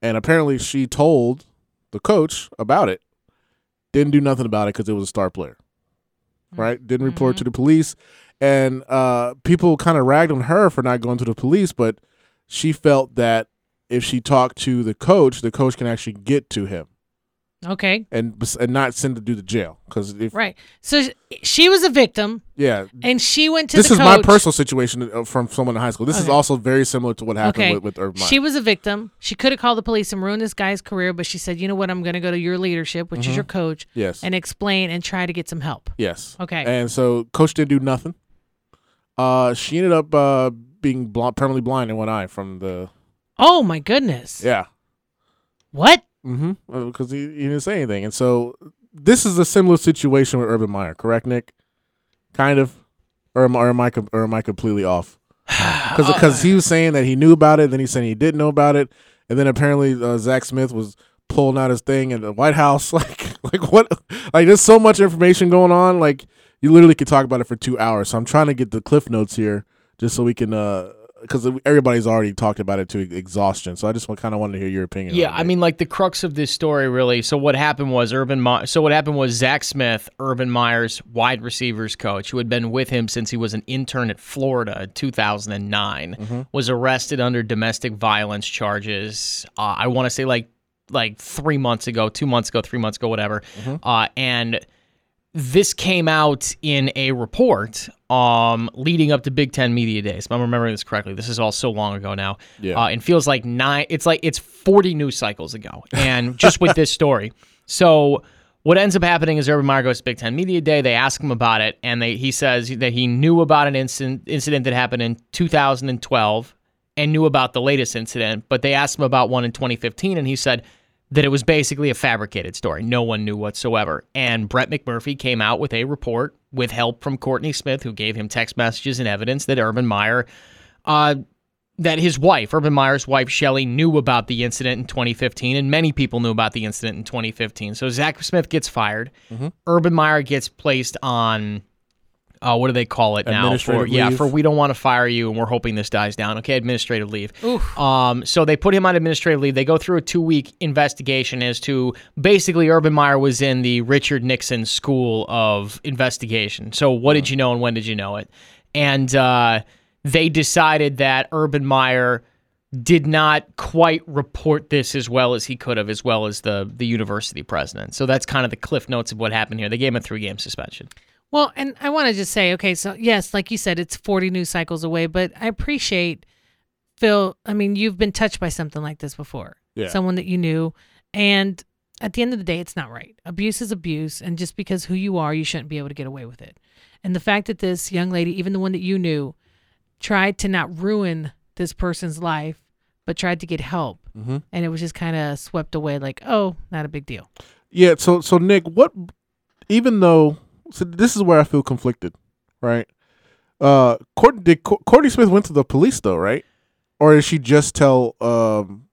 Speaker 2: and apparently she told the coach about it. Didn't do nothing about it because it was a star player,
Speaker 1: Mm.
Speaker 2: right? Didn't report
Speaker 1: Mm-hmm.
Speaker 2: to the police, and uh, people kind of ragged on her for not going to the police, but she felt that if she talked to the coach, the coach can actually get to him
Speaker 1: okay,
Speaker 2: and bes- and not send the dude to jail because if
Speaker 1: right. So sh- she was a victim,
Speaker 2: yeah.
Speaker 1: and she went to
Speaker 2: This
Speaker 1: the
Speaker 2: is my
Speaker 1: coach.
Speaker 2: personal situation uh, from someone in high school. This is
Speaker 1: Okay.
Speaker 2: also very similar to what happened
Speaker 1: Okay.
Speaker 2: with, with Urban Meyer.
Speaker 1: She was a victim. She could have called the police and ruined this guy's career, but she said, "You know what? I'm going to go to your leadership, which
Speaker 2: Mm-hmm.
Speaker 1: is your coach,
Speaker 2: Yes.
Speaker 1: and explain and try to get some help."
Speaker 2: yes.
Speaker 1: Okay.
Speaker 2: And so coach didn't do nothing. Uh, she ended up uh being bl- permanently blind in one eye from the
Speaker 1: Oh my goodness!
Speaker 2: yeah.
Speaker 1: What?
Speaker 2: Uh, Mm-hmm. Because he, he didn't say anything, and so this is a similar situation with Urban Meyer, correct, Nick? Kind of, or am, or am I com- or am I completely off? Because
Speaker 4: Oh,
Speaker 2: he was saying that he knew about it, then he said he didn't know about it, and then apparently uh, Zach Smith was pulling out his thing at the White House. Like like what? Like there's so much information going on. Like you literally could talk about it for two hours. So I'm trying to get the cliff notes here, just so we can. uh because everybody's already talked about it to exhaustion, so I just kind of wanted to hear your opinion.
Speaker 4: Yeah,
Speaker 2: on it,
Speaker 4: I
Speaker 2: Nick.
Speaker 4: mean, like the crux of this story, really. So what happened was Urban. My- so what happened was Zach Smith, Urban Meyer's wide receivers coach, who had been with him since he was an intern at Florida in 2009,
Speaker 2: Mm-hmm.
Speaker 4: was arrested under domestic violence charges. Uh, I want to say like like three months ago, two months ago, three months ago, whatever.
Speaker 2: Mm-hmm.
Speaker 4: Uh, and this came out in a report um, leading up to Big Ten Media Days. If I'm remembering this correctly, this is all so long ago now.
Speaker 2: Yeah.
Speaker 4: Uh, and feels like nine, it's like it's 40 news cycles ago. And just with this story. So what ends up happening is Urban Meyer goes to Big Ten Media Day. They ask him about it. And they, he says that he knew about an incident, incident that happened in 2012 and knew about the latest incident. But they asked him about one in 2015. And he said, that it was basically a fabricated story. No one knew whatsoever. And Brett McMurphy came out with a report with help from Courtney Smith, who gave him text messages and evidence that Urban Meyer, uh, that his wife, Urban Meyer's wife, Shelley, knew about the incident in 2015, and many people knew about the incident in 2015. So Zach Smith gets fired. Urban Meyer gets placed on. Uh, what do they call it now? For,
Speaker 2: Administrative
Speaker 4: yeah,
Speaker 2: leave.
Speaker 4: for we don't want to fire you, and we're hoping this dies down. Okay, administrative leave. Um, so they put him on administrative leave. They go through a two-week investigation as to basically Urban Meyer was in the Richard Nixon school of investigation. So what did you know, and when did you know it? And uh, they decided that Urban Meyer did not quite report this as well as he could have, as well as the the university president. So that's kind of the cliff notes of what happened here. They gave him a three-game suspension.
Speaker 1: Well, and I want to just say, okay, so yes, like you said, it's 40 news cycles away, but I appreciate Phil. I mean, you've been touched by something like this before,
Speaker 2: Yeah.
Speaker 1: someone that you knew. And at the end of the day, it's not right. Abuse is abuse. And just because who you are, you shouldn't be able to get away with it. And the fact that this young lady, even the one that you knew, tried to not ruin this person's life, but tried to get help.
Speaker 2: Mm-hmm.
Speaker 1: And it was just kind of swept away like, oh, not a big deal.
Speaker 2: Yeah, so so Nick, what even though so this is where I feel conflicted, right? Uh Courtney did Co- Courtney Smith went to the police though, right? Or did she just tell um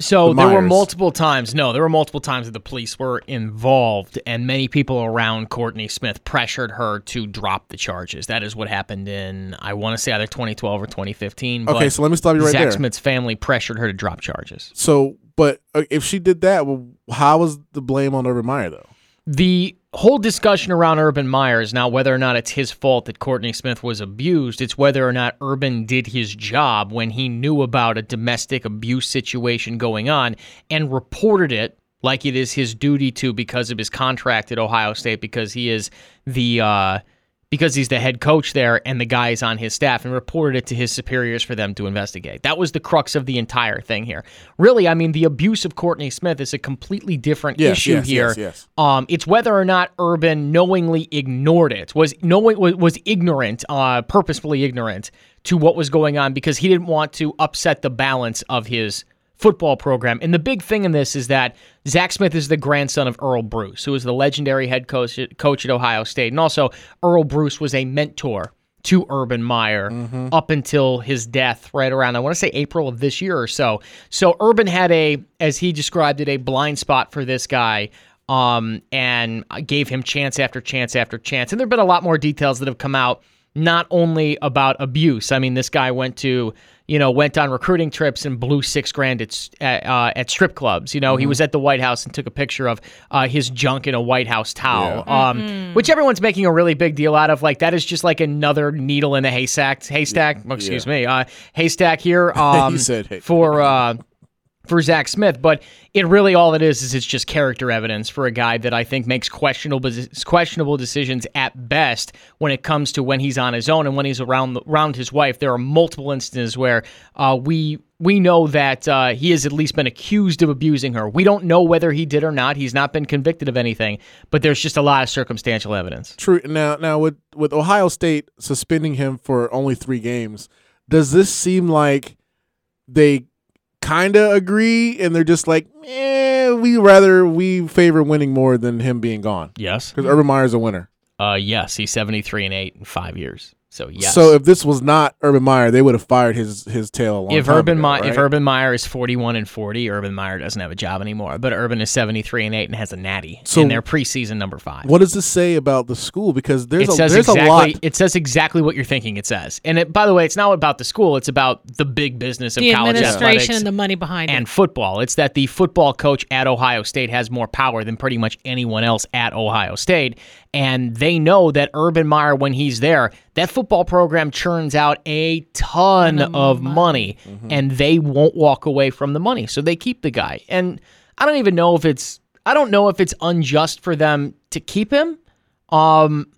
Speaker 4: So
Speaker 2: The
Speaker 4: there were
Speaker 2: Myers.
Speaker 4: multiple times. No, there were multiple times that the police were involved, and many people around Courtney Smith pressured her to drop the charges. That is what happened in I want to say either 2012 or 2015.
Speaker 2: Okay,
Speaker 4: but
Speaker 2: so let me stop you right
Speaker 4: Zach
Speaker 2: there.
Speaker 4: Smith's family pressured her to drop charges.
Speaker 2: So but uh, if she did that, well, how was the blame on Urban Meyer though?
Speaker 4: The whole discussion around Urban Meyer is not whether or not it's his fault that Courtney Smith was abused. It's whether or not Urban did his job when he knew about a domestic abuse situation going on and reported it like it is his duty to because of his contract at Ohio State because he is the uh, because he's the head coach there and the guys on his staff and reported it to his superiors for them to investigate. That was the crux of the entire thing here. Really, I mean, the abuse of Courtney Smith is a completely different
Speaker 2: Yes,
Speaker 4: issue
Speaker 2: yes,
Speaker 4: here.
Speaker 2: yes, yes.
Speaker 4: Um, it's whether or not Urban knowingly ignored it, was knowing was, was ignorant, uh, purposefully ignorant to what was going on because he didn't want to upset the balance of his football program. And the big thing in this is that Zach Smith is the grandson of Earl Bruce, who is the legendary head coach coach at Ohio State, and also Earl Bruce was a mentor to Urban Meyer up until his death, right around, I want to say April of this year or so. So Urban had a, as he described it, a blind spot for this guy um, and gave him chance after chance after chance. And there have been a lot more details that have come out, not only about abuse. I mean, this guy went to, you know, went on recruiting trips and blew six grand at, s- at, uh, at strip clubs. You know,
Speaker 2: Mm-hmm.
Speaker 4: he was at the White House and took a picture of uh, his junk in a White House towel, um, which everyone's making a really big deal out of. Like, that is just like another needle in a haystack, haystack, excuse me, uh, haystack here um,
Speaker 2: said hay-
Speaker 4: for. Uh, for Zach Smith, but it really all it is is it's just character evidence for a guy that I think makes questionable questionable decisions at best when it comes to when he's on his own and when he's around around his wife. There are multiple instances where uh, we we know that uh, he has at least been accused of abusing her. We don't know whether he did or not. He's not been convicted of anything, but there's just a lot of circumstantial evidence.
Speaker 2: True. Now now with with Ohio State suspending him for only 3 games, does this seem like they kind of agree, and they're just like, eh, we rather we favor winning more than him being gone
Speaker 4: Yes.
Speaker 2: because Urban Meyer's a winner.
Speaker 4: Uh, yes. He's 73 and 8 in five years. So, yes.
Speaker 2: So if this was not Urban Meyer, they would have fired his his tail a long
Speaker 4: if
Speaker 2: time
Speaker 4: Urban
Speaker 2: ago,
Speaker 4: Meyer, if
Speaker 2: right?
Speaker 4: Urban Meyer is 41 and 40, Urban Meyer doesn't have a job anymore. But Urban is 73 and 8 and has a natty
Speaker 2: So-
Speaker 4: in their preseason number five.
Speaker 2: what does this say about the school? Because there's
Speaker 4: it
Speaker 2: a
Speaker 4: says
Speaker 2: there's
Speaker 4: exactly,
Speaker 2: a lot.
Speaker 4: It says exactly what you're thinking it says. And it, by the way, it's not about the school. It's about the big business of
Speaker 1: The
Speaker 4: college
Speaker 1: administration
Speaker 4: athletics
Speaker 1: and the money behind
Speaker 4: and
Speaker 1: it.
Speaker 4: football. It's that the football coach at Ohio State has more power than pretty much anyone else at Ohio State. And they know that Urban Meyer, when he's there, that football program churns out a ton of money,
Speaker 1: Mm-hmm.
Speaker 4: and they won't walk away from the money. So they keep the guy. And I don't even know if it's I don't know if it's unjust for them to keep him. Um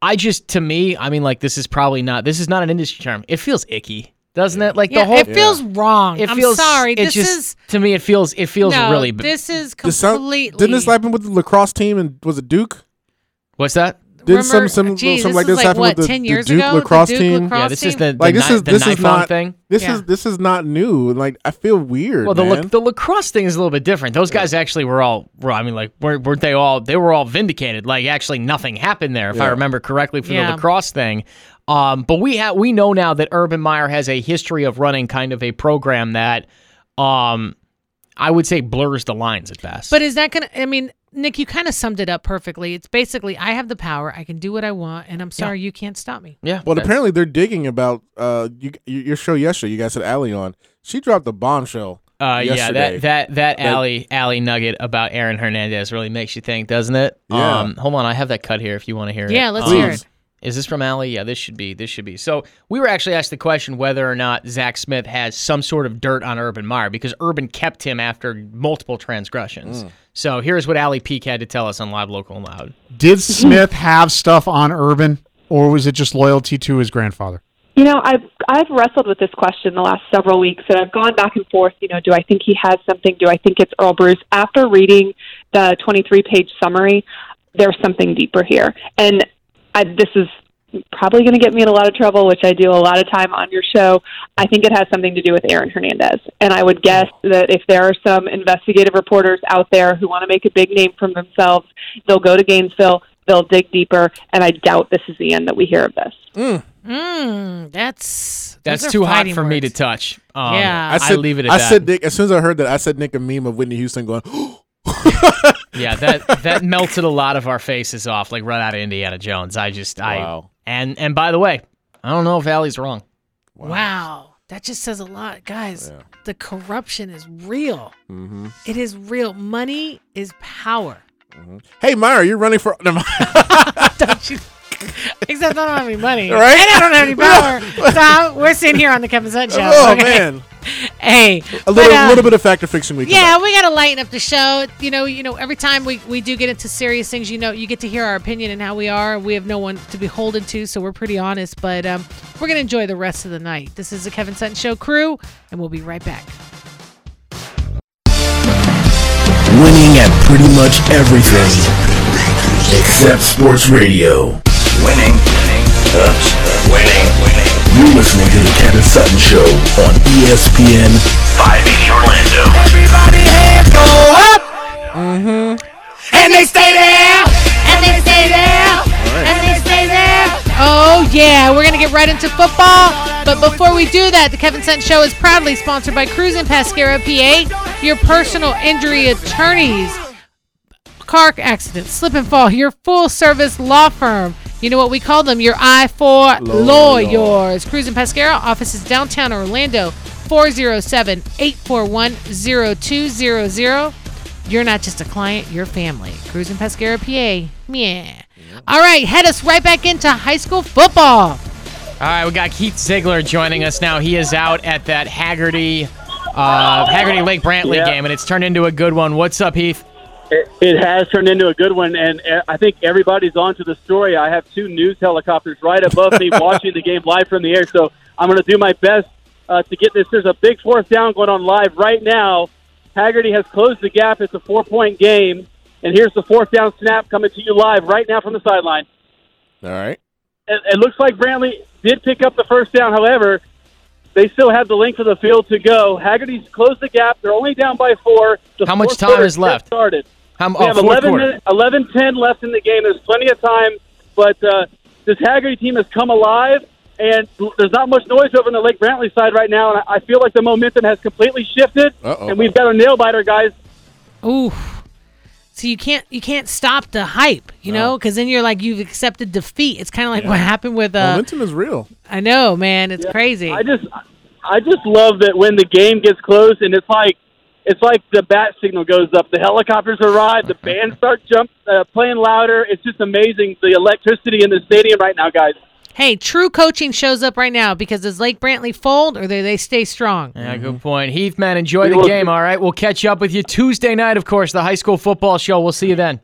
Speaker 4: I just to me, I mean like this is probably not this is not an industry term. It feels icky. Doesn't it? Like
Speaker 1: Yeah,
Speaker 4: the whole
Speaker 1: it feels wrong.
Speaker 4: it
Speaker 1: I'm
Speaker 4: feels
Speaker 1: sorry.
Speaker 4: It
Speaker 1: This
Speaker 4: just,
Speaker 1: is
Speaker 4: to me. It feels it feels
Speaker 1: no,
Speaker 4: really. b-
Speaker 1: This is
Speaker 2: This sound-
Speaker 1: completely.
Speaker 2: didn't this happen with the lacrosse team and was it Duke?
Speaker 4: what's that?
Speaker 2: Did
Speaker 1: Remember-
Speaker 2: some some
Speaker 1: gee,
Speaker 2: something
Speaker 1: this
Speaker 2: like
Speaker 1: is
Speaker 2: this happen
Speaker 1: what,
Speaker 2: with the,
Speaker 1: 10
Speaker 2: the
Speaker 1: years
Speaker 2: Duke
Speaker 1: ago? The
Speaker 2: lacrosse
Speaker 1: Duke
Speaker 2: team?
Speaker 1: lacrosse-
Speaker 4: Yeah, this is
Speaker 1: team?
Speaker 4: the, the
Speaker 2: Like this
Speaker 4: ni-
Speaker 2: is
Speaker 4: the
Speaker 2: this is
Speaker 4: iPhone
Speaker 2: not
Speaker 4: thing.
Speaker 2: this
Speaker 1: Yeah.
Speaker 2: is this is not new. and, Like I feel weird.
Speaker 4: Well, the
Speaker 2: man.
Speaker 4: la- the lacrosse thing is a little bit different. Those guys actually were all. Were, I mean, like weren't, weren't they all? They were all vindicated. Like actually, nothing happened there, if I
Speaker 2: Yeah.
Speaker 4: remember correctly, for
Speaker 1: Yeah.
Speaker 4: the lacrosse thing. Um, but we have we know now that Urban Meyer has a history of running kind of a program that, um, I would say blurs the lines at best.
Speaker 1: But is that going to, I mean, Nick, you kind of summed it up perfectly. It's basically I have the power, I can do what I want, and I'm sorry you can't stop me.
Speaker 4: yeah,
Speaker 2: Well,
Speaker 4: that's-
Speaker 2: apparently they're digging about uh you, you, your show yesterday. You guys had Allie on. She dropped a bombshell.
Speaker 4: Uh, yeah,
Speaker 2: yesterday.
Speaker 4: that that that alley alley nugget about Aaron Hernandez really makes you think, doesn't it?
Speaker 2: Yeah.
Speaker 4: Um, hold on, I have that cut here if you want to hear it.
Speaker 1: Yeah, let's
Speaker 4: Um,
Speaker 1: hear it.
Speaker 4: Is this from Alley? Yeah, this should be. This should be. So we were actually asked the question whether or not Zach Smith has some sort of dirt on Urban Meyer because Urban kept him after multiple
Speaker 2: Mm.
Speaker 4: transgressions. So here's what Alley Peak had to tell us on Live Local and Loud.
Speaker 8: Did Smith have stuff on Urban, or was it just loyalty to his grandfather?
Speaker 9: You know, I've I've wrestled with this question the last several weeks, and I've gone back and forth. You know, do I think he has something? Do I think it's Earl Bruce? After reading the 23-page summary, there's something deeper here, and I, this is probably going to get me in a lot of trouble, which I do a lot of time on your show. I think it has something to do with Aaron Hernandez, and I would guess that if there are some investigative reporters out there who want to make a big name for themselves, they'll go to Gainesville, they'll dig deeper, and I doubt this is the end that we hear of this.
Speaker 1: Mm, that's those
Speaker 4: That's
Speaker 1: are
Speaker 4: too hot
Speaker 1: fighting
Speaker 4: for me to
Speaker 1: words.
Speaker 4: touch. Um,
Speaker 1: Yeah.
Speaker 4: I, leave it at
Speaker 2: I
Speaker 4: that.
Speaker 2: said Nick as soon as I heard that I said Nick a meme of Whitney Houston going
Speaker 4: yeah, that that melted a lot of our faces off, like right out of Indiana Jones. I just I
Speaker 2: Wow.
Speaker 4: and and by the way, I don't know if Allie's wrong.
Speaker 1: Wow. That just says a lot, guys.
Speaker 2: Yeah.
Speaker 1: The corruption is real.
Speaker 2: hmm
Speaker 1: It is real. Money is power.
Speaker 2: Hey Meyer, you're running for no,
Speaker 1: Don't you? Except I don't have any money.
Speaker 2: Right?
Speaker 1: And I don't have any power. so I'm- we're sitting here on the Kevin Sutton show.
Speaker 2: Oh
Speaker 1: okay?
Speaker 2: man.
Speaker 1: Hey.
Speaker 2: A
Speaker 1: but,
Speaker 2: little
Speaker 1: uh,
Speaker 2: little bit of factor fiction we come
Speaker 1: Yeah,
Speaker 2: back.
Speaker 1: we gotta lighten up the show. You know, you know, every time we, we do get into serious things, you know, you get to hear our opinion and how we are. We have no one to be holden to, so we're pretty honest. But um, we're gonna enjoy the rest of the night. This is the Kevin Sutton Show crew, and we'll be right back.
Speaker 3: Winning at pretty much everything except sports radio. Winning. Winning. Winning. You're listening to the Kevin Sutton Show on E ESPN 580 Orlando. Everybody hands go up. Mm-hmm. And they stay there.
Speaker 1: Oh yeah, we're gonna get right into football. But before we do that, the Kevin Sutton Show is proudly sponsored by Cruz and Pascara PA, your personal injury attorneys. car accident, slip and fall, your full service law firm. You know what we call them? Your I for
Speaker 2: Lawyer.
Speaker 1: lawyers. Cruz and Pascara offices downtown Orlando, 407 841 0200. You're not just a client, you're family. Cruz and Pascara PA. Yeah. All right, head us right back into high school football.
Speaker 4: All right, we got Keith Ziegler joining us now. He is out at that Haggerty uh, Haggerty Lake Brantley
Speaker 6: Yeah.
Speaker 4: game, and it's turned into a good one. What's up, Heath?
Speaker 6: It, it has turned into a good one, and uh, I think everybody's on to the story. I have two news helicopters right above me watching the game live from the air, so I'm going to do my best uh, to get this. There's a big fourth down going on live right now. Haggerty has closed the gap. It's a four point game, and here's the fourth down snap coming to you live right now from the sideline.
Speaker 2: All right.
Speaker 6: It, it looks like Brantley did pick up the first down, however. They still have the length of the field to go. Haggerty's closed the gap. They're only down by four. The
Speaker 4: How much
Speaker 6: fourth
Speaker 4: time
Speaker 6: quarter
Speaker 4: is
Speaker 6: just
Speaker 4: left?
Speaker 6: Started.
Speaker 4: How m-
Speaker 6: we
Speaker 4: oh,
Speaker 6: have
Speaker 4: fourth
Speaker 6: 11,
Speaker 4: quarter.
Speaker 6: minute- 11 10 left in the game. There's plenty of time, but uh, this Haggerty team has come alive, and there's not much noise over on the Lake Brantley side right now, and I I feel like the momentum has completely shifted,
Speaker 2: Uh-oh.
Speaker 6: and we've got a nail biter, guys.
Speaker 1: Ooh. So you can't you can't stop the hype, you know, 'cause know, because then you're like you've accepted defeat. It's kind of like what happened with uh,
Speaker 2: Momentum is real.
Speaker 1: I know, man, it's crazy.
Speaker 6: I just, I just love that when the game gets close, and it's like, it's like the bat signal goes up, the helicopters arrive, the band start jump uh, playing louder. It's just amazing the electricity in the stadium right now, guys.
Speaker 1: hey, true coaching shows up right now because does Lake Brantley fold or do they stay strong?
Speaker 4: Yeah, good point. Heath, man, enjoy the
Speaker 6: will-
Speaker 4: game, all right? We'll catch up with you Tuesday night, of course, the high school football show. We'll see you then.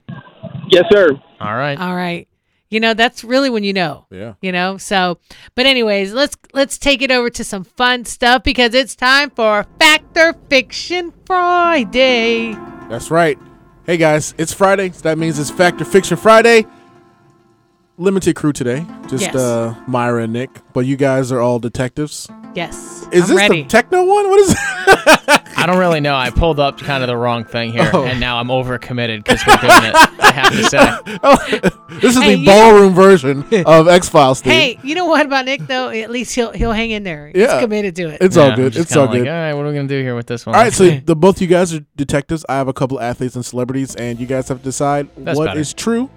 Speaker 6: Yes, sir.
Speaker 4: All right.
Speaker 1: All right. You know, that's really when you know.
Speaker 2: Yeah.
Speaker 1: You know, so but anyways, let's let's take it over to some fun stuff because it's time for Factor Fiction Friday.
Speaker 2: That's right. Hey guys, it's Friday, so that means it's Factor Fiction Friday. Limited crew today, just
Speaker 1: Yes.
Speaker 2: uh, Myra and Nick, but you guys are all detectives.
Speaker 1: Yes.
Speaker 2: Is
Speaker 1: I'm
Speaker 2: this
Speaker 1: ready.
Speaker 2: the techno one? What is?
Speaker 4: I don't really know. I pulled up kind of the wrong thing here, and now I'm overcommitted because we're doing it. I have to say.
Speaker 2: this is
Speaker 1: Hey,
Speaker 2: the
Speaker 1: you-
Speaker 2: ballroom version of X Files.
Speaker 1: Hey, you know what about Nick though? At least he'll he'll hang in there. He's
Speaker 2: Yeah.
Speaker 1: committed to it.
Speaker 2: it's
Speaker 4: Yeah,
Speaker 2: all
Speaker 4: I'm
Speaker 2: good.
Speaker 4: just
Speaker 2: It's all
Speaker 4: kinda
Speaker 2: good.
Speaker 4: Like, "Oh, all right, what are we going to do here with this one?
Speaker 2: All right, so the both you guys are detectives. I have a couple athletes and celebrities, and you guys have to decide what
Speaker 4: That's
Speaker 2: is
Speaker 4: better.
Speaker 2: true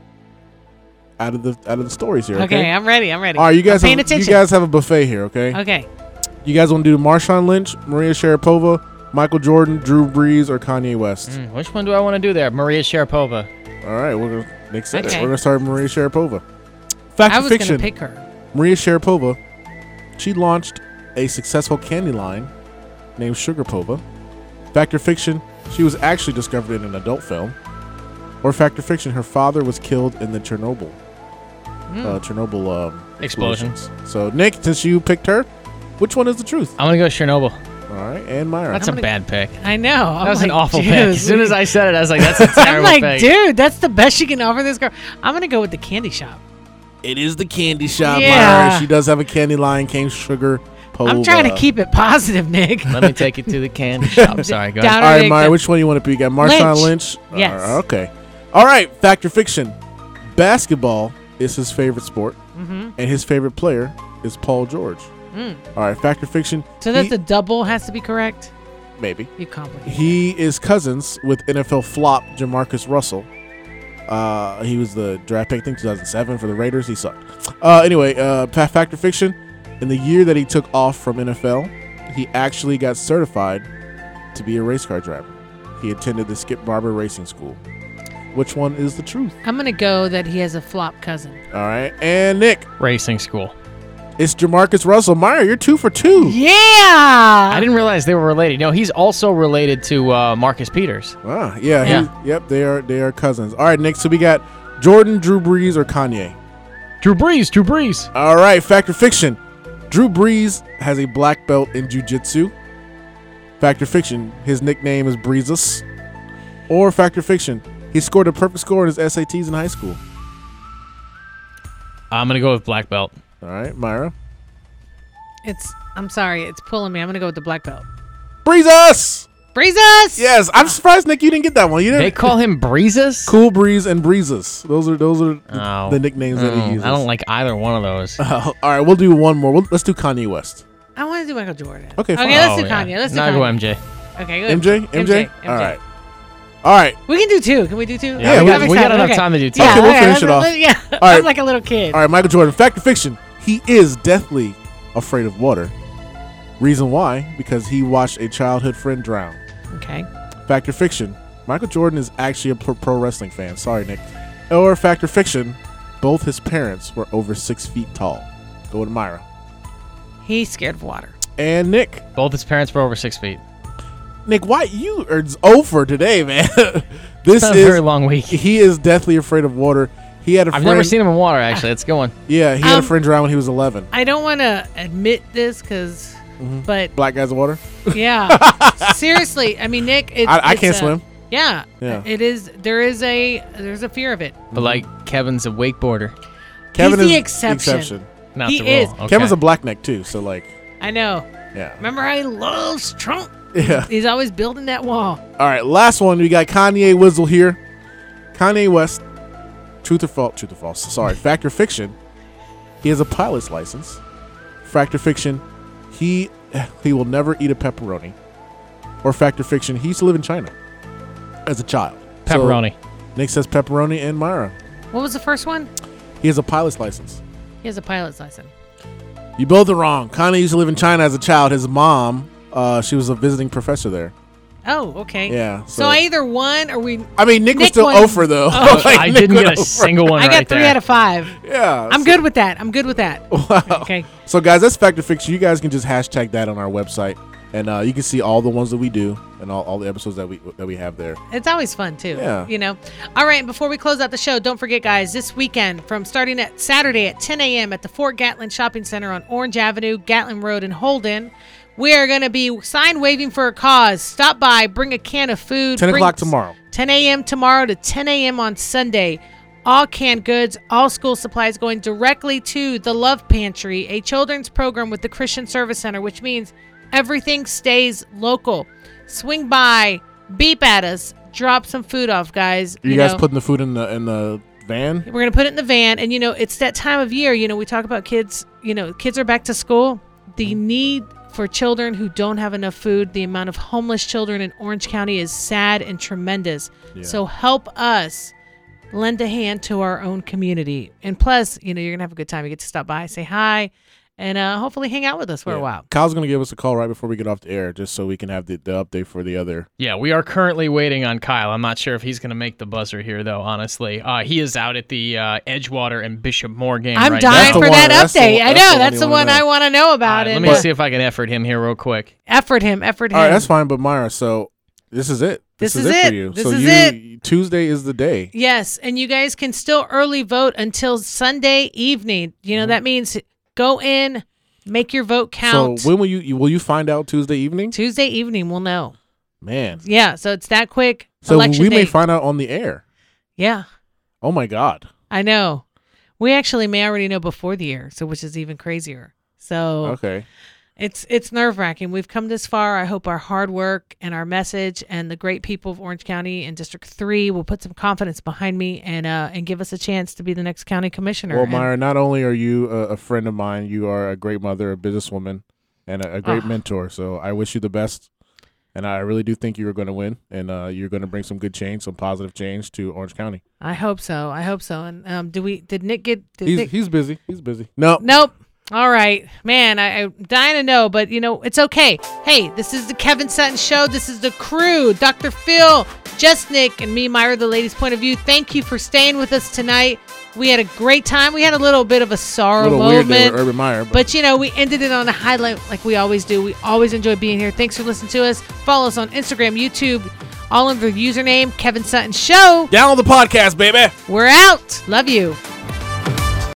Speaker 2: out of the out of the stories here.
Speaker 1: okay.
Speaker 2: Okay.
Speaker 1: I'm ready. I'm ready.
Speaker 2: All right, you guys.
Speaker 1: I'm paying
Speaker 2: Have, you
Speaker 1: attention.
Speaker 2: guys have a buffet here. Okay.
Speaker 1: okay.
Speaker 2: You guys want to do Marshawn Lynch, Maria Sharapova, Michael Jordan, Drew Brees, or Kanye West?
Speaker 4: Mm, which one do I want to do there? Maria Sharapova.
Speaker 2: All right, we're gonna make sense.
Speaker 1: Okay.
Speaker 2: We're gonna start with Maria Sharapova. Fact
Speaker 1: I
Speaker 2: or
Speaker 1: was
Speaker 2: fiction?
Speaker 1: gonna pick her.
Speaker 2: Maria Sharapova. She launched a successful candy line named Sugarpova. Fact or fiction? She was actually discovered in an adult film. Or fact or fiction? Her father was killed in the Chernobyl.
Speaker 1: Hmm.
Speaker 2: Uh, Chernobyl um,
Speaker 4: Explosion.
Speaker 2: explosions. So Nick, since you picked her, which one is the truth?
Speaker 4: I'm going to go Chernobyl.
Speaker 2: All right, and Myra.
Speaker 4: That's
Speaker 1: I'm
Speaker 4: a
Speaker 1: gonna-
Speaker 4: bad pick.
Speaker 1: I know.
Speaker 4: That was an awful pick. As soon as I said it, I was like, that's a
Speaker 1: I'm
Speaker 4: terrible
Speaker 1: like,
Speaker 4: pick.
Speaker 1: dude, that's the best you can offer this girl. I'm gonna go with the candy shop.
Speaker 2: It is the candy shop,
Speaker 1: Yeah.
Speaker 2: Myra. She does have a candy line, King Sugar Pova.
Speaker 1: I'm trying to keep it positive, Nick.
Speaker 4: Let me take you to the candy shop. Sorry, go ahead.
Speaker 1: Down
Speaker 2: All right,
Speaker 1: Nick,
Speaker 2: Myra,
Speaker 1: that-
Speaker 2: which one you want to pick? You got Marshawn
Speaker 1: Lynch.
Speaker 2: Lynch?
Speaker 1: Yes.
Speaker 2: All right, okay. All right, fact or fiction. Basketball is his favorite sport, and his favorite player is Paul George. All right, fact or fiction.
Speaker 1: So that's
Speaker 2: he,
Speaker 1: the double has to be correct.
Speaker 2: Maybe.
Speaker 1: You complicated.
Speaker 2: He is cousins with NFL flop Jamarcus Russell. Uh, he was the draft pick, I think, 2007 for the Raiders. He sucked. Uh, anyway, uh, fa- fact or fiction. In the year that he took off from NFL, he actually got certified to be a race car driver. He attended the Skip Barber Racing School. Which one is the truth?
Speaker 1: I'm gonna go that he has a flop cousin.
Speaker 2: All right. And Nick,
Speaker 4: Racing school.
Speaker 2: it's Jamarcus Russell. Meyer, you're two for two.
Speaker 4: I
Speaker 1: Yeah.
Speaker 4: didn't realize they were related. No, he's also related to uh, Marcus Peters.
Speaker 2: Ah, yeah,
Speaker 4: Yeah.
Speaker 2: he- yep, they are they are cousins. All right, Nick. So we got Jordan, Drew Brees, or Kanye.
Speaker 4: Drew Brees, Drew Brees.
Speaker 2: All right, fact or fiction. Drew Brees has a black belt in jujitsu. Fact or fiction, his nickname is Breezus. Or fact or fiction, he scored a perfect score in his SATs in high school.
Speaker 4: I'm going to go with Black Belt.
Speaker 2: All right, Myra.
Speaker 1: It's. I'm sorry. It's pulling me. I'm gonna go with the black belt.
Speaker 2: Breezus!
Speaker 1: Breezes.
Speaker 2: Yes, I'm surprised, Nick, you didn't get that one. You didn't.
Speaker 4: They call him Breezes?
Speaker 2: cool Breeze and Breezes. Those are those are the-
Speaker 4: Oh.
Speaker 2: the nicknames that
Speaker 4: Oh,
Speaker 2: he uses.
Speaker 4: I don't like either one of those.
Speaker 2: All right, we'll do one more. We'll, let's do Kanye West.
Speaker 1: I want to do Michael Jordan.
Speaker 2: Okay,
Speaker 1: Okay.
Speaker 2: fine.
Speaker 1: Let's
Speaker 4: Oh,
Speaker 1: do
Speaker 4: yeah.
Speaker 1: Kanye. Let's do
Speaker 4: Now I
Speaker 1: Kanye.
Speaker 4: go MJ.
Speaker 1: Okay.
Speaker 4: Uh,
Speaker 1: Go
Speaker 2: MJ? MJ?
Speaker 1: MJ.
Speaker 2: All right. All right.
Speaker 1: We can do two. Can we do two?
Speaker 4: Yeah,
Speaker 2: we
Speaker 1: I'm
Speaker 2: got-
Speaker 4: we got
Speaker 1: excited.
Speaker 4: enough time to do two.
Speaker 1: Yeah,
Speaker 2: Okay, we'll
Speaker 1: okay,
Speaker 2: finish
Speaker 1: that's-
Speaker 2: it off.
Speaker 1: that's- Yeah.
Speaker 2: All
Speaker 1: I'm
Speaker 2: right.
Speaker 1: like a little kid.
Speaker 2: All right, Michael Jordan. Fact or fiction? He is deathly afraid of water. Reason why? Because he watched a childhood friend drown.
Speaker 1: Okay.
Speaker 2: Fact or fiction? Michael Jordan is actually a pro pro wrestling fan. Sorry, Nick. Or fact or fiction? Both his parents were over six feet tall. Go to Myra.
Speaker 1: He's scared of water.
Speaker 2: And Nick.
Speaker 4: Both his parents were over six feet.
Speaker 2: Nick, why you are over today, man? this
Speaker 4: It's been a
Speaker 2: is
Speaker 4: very long week.
Speaker 2: He is deathly afraid of water. He had a
Speaker 4: I've
Speaker 2: friend.
Speaker 4: never seen him in water, actually. It's going.
Speaker 2: Yeah, he had a
Speaker 1: Um,
Speaker 2: friend drown when he was 11.
Speaker 1: I don't want to admit this because,
Speaker 2: Mm-hmm.
Speaker 1: but
Speaker 2: Black guys in water.
Speaker 1: yeah, seriously. I mean, Nick, it,
Speaker 2: I- I
Speaker 1: it's
Speaker 2: can't
Speaker 1: a-
Speaker 2: swim.
Speaker 1: Yeah,
Speaker 2: Yeah.
Speaker 1: it is. There is a there's a fear of it.
Speaker 4: But, like, Kevin's a wakeboarder.
Speaker 1: the exception.
Speaker 4: Not
Speaker 1: He
Speaker 4: the rule.
Speaker 1: is.
Speaker 4: Okay.
Speaker 2: Kevin's a blackneck too, so like
Speaker 1: I know.
Speaker 2: Yeah.
Speaker 1: Remember how he loves Trump?
Speaker 2: Yeah.
Speaker 1: He's always building that wall.
Speaker 2: All right, last one. We got Kanye Wizzle here. Kanye West, truth or false? Truth or false? Sorry, fact or fiction? He has a pilot's license. Fact or fiction? He he will never eat a pepperoni. Or fact or fiction? He used to live in China as a child. So,
Speaker 4: Pepperoni.
Speaker 2: Nick says pepperoni and Myra.
Speaker 1: What was the first one?
Speaker 2: He has a pilot's license.
Speaker 1: He has a pilot's license.
Speaker 2: You both are wrong. Kanye used to live in China as a child. His mom, uh, she was a visiting professor there.
Speaker 1: Oh, okay.
Speaker 2: Yeah,
Speaker 1: So,
Speaker 2: so-
Speaker 1: I either won or we.
Speaker 2: I mean, Nick, was
Speaker 1: Nick
Speaker 2: still
Speaker 1: was-
Speaker 2: over though.
Speaker 1: Oh.
Speaker 2: Like,
Speaker 4: I
Speaker 2: Nick
Speaker 4: didn't
Speaker 2: went
Speaker 4: get a
Speaker 2: over.
Speaker 4: single one
Speaker 1: I got
Speaker 4: right
Speaker 1: three
Speaker 4: there.
Speaker 1: out of five.
Speaker 2: Yeah,
Speaker 1: I'm good with that. I'm good with that.
Speaker 2: Oh.
Speaker 1: Okay.
Speaker 2: So, guys, that's Factor Fiction. You guys can just hashtag that on our website, and uh, you can see all the ones that we do and all, all the episodes that we that we have there.
Speaker 1: It's always fun too.
Speaker 2: Yeah.
Speaker 1: You know. All right. Before we close out the show, don't forget, guys. This weekend, from starting at Saturday at 10 a.m. at the Fort Gatlin Shopping Center on Orange Avenue, Gatlin Road, in Holden, we are going to be sign waving for a cause. Stop by, bring a can of food.
Speaker 2: Ten
Speaker 1: bring-
Speaker 2: o'clock tomorrow.
Speaker 1: 10 a.m. tomorrow to 10 a.m. on Sunday. All canned goods, all school supplies going directly to the Love Pantry, a children's program with the Christian Service Center, which means everything stays local. Swing by, beep at us, drop some food off, guys.
Speaker 2: You, guys
Speaker 1: know.
Speaker 2: putting the food in the in the van?
Speaker 1: We're gonna put it in the van, and you know, it's that time of year. You know, we talk about kids. You know, kids are back to school. The
Speaker 2: Mm-hmm.
Speaker 1: need for children who don't have enough food, the amount of homeless children in Orange County is sad and tremendous. So help us lend a hand to our own community. And plus, you know, you're gonna have a good time. You get to stop by, say hi, and uh, hopefully hang out with us for a while.
Speaker 2: Kyle's gonna give us a call right before we get off the air, just so we can have the, the update for the other.
Speaker 4: Yeah, we are currently waiting on Kyle. I'm not sure if he's going to make the buzzer here, though. Honestly, uh, he is out at the uh, Edgewater and Bishop Moore game.
Speaker 1: I'm
Speaker 4: right
Speaker 1: dying
Speaker 2: That's the
Speaker 1: for
Speaker 4: now.
Speaker 2: one-
Speaker 1: that
Speaker 2: that's the
Speaker 1: update.
Speaker 2: one-
Speaker 1: I
Speaker 2: that's
Speaker 1: know
Speaker 2: the one
Speaker 1: that's
Speaker 2: you
Speaker 1: the
Speaker 2: wanna
Speaker 1: one
Speaker 2: know.
Speaker 1: I want to know
Speaker 4: All
Speaker 1: about
Speaker 4: right,
Speaker 1: it.
Speaker 4: let me
Speaker 1: But-
Speaker 4: see if I can effort him here real quick.
Speaker 1: Effort him, effort him.
Speaker 2: All right, that's fine. But Myra, so this is it.
Speaker 1: This is
Speaker 2: for
Speaker 1: it.
Speaker 2: you.
Speaker 1: This
Speaker 2: so
Speaker 1: is
Speaker 2: you
Speaker 1: it.
Speaker 2: Tuesday is the day.
Speaker 1: Yes, and you guys can still early vote until Sunday evening. You know that means go in, make your vote count.
Speaker 2: Mm-hmm. So when will you- you will you find out Tuesday evening?
Speaker 1: Tuesday evening we'll know.
Speaker 2: Man,
Speaker 1: Yeah, so it's that quick.
Speaker 2: so
Speaker 1: election
Speaker 2: we may
Speaker 1: day.
Speaker 2: find out on the air.
Speaker 1: yeah,
Speaker 2: Oh my God.
Speaker 1: I know. We actually may already know before the year, so which is even crazier. So
Speaker 2: Okay.
Speaker 1: It's it's nerve wracking. We've come this far. I hope our hard work and our message and the great people of Orange County and District Three will put some confidence behind me and uh, and give us a chance to be the next county commissioner.
Speaker 2: Well,
Speaker 1: And-
Speaker 2: Myra, not only are you a, a friend of mine, you are a great mother, a businesswoman, and a, a great
Speaker 1: Ah.
Speaker 2: mentor. So I wish you the best. And I really do think you are going to win, and uh, you're going to bring some good change, some positive change to Orange County.
Speaker 1: I hope so. I hope so. And um, do we? Did Nick get? Did
Speaker 2: He's,
Speaker 1: Nick-
Speaker 2: he's busy. He's busy. No,
Speaker 1: Nope. All right, man. I, I'm dying to know, but you know it's okay. Hey, this is the Kevin Sutton Show. This is the crew: Dr. Phil, Just Nick, and me, Myra, the ladies' point of view. Thank you for staying with us tonight. We had a great time. We had a little bit of a
Speaker 2: a
Speaker 1: sorrow
Speaker 2: little weird
Speaker 1: moment.
Speaker 2: there with Urban Meyer, but,
Speaker 1: But you know, we ended it on a highlight like we always do. We always enjoy being here. Thanks for listening to us. Follow us on Instagram, YouTube, all under the username Kevin Sutton Show.
Speaker 2: down on the podcast, baby.
Speaker 1: We're out. Love you.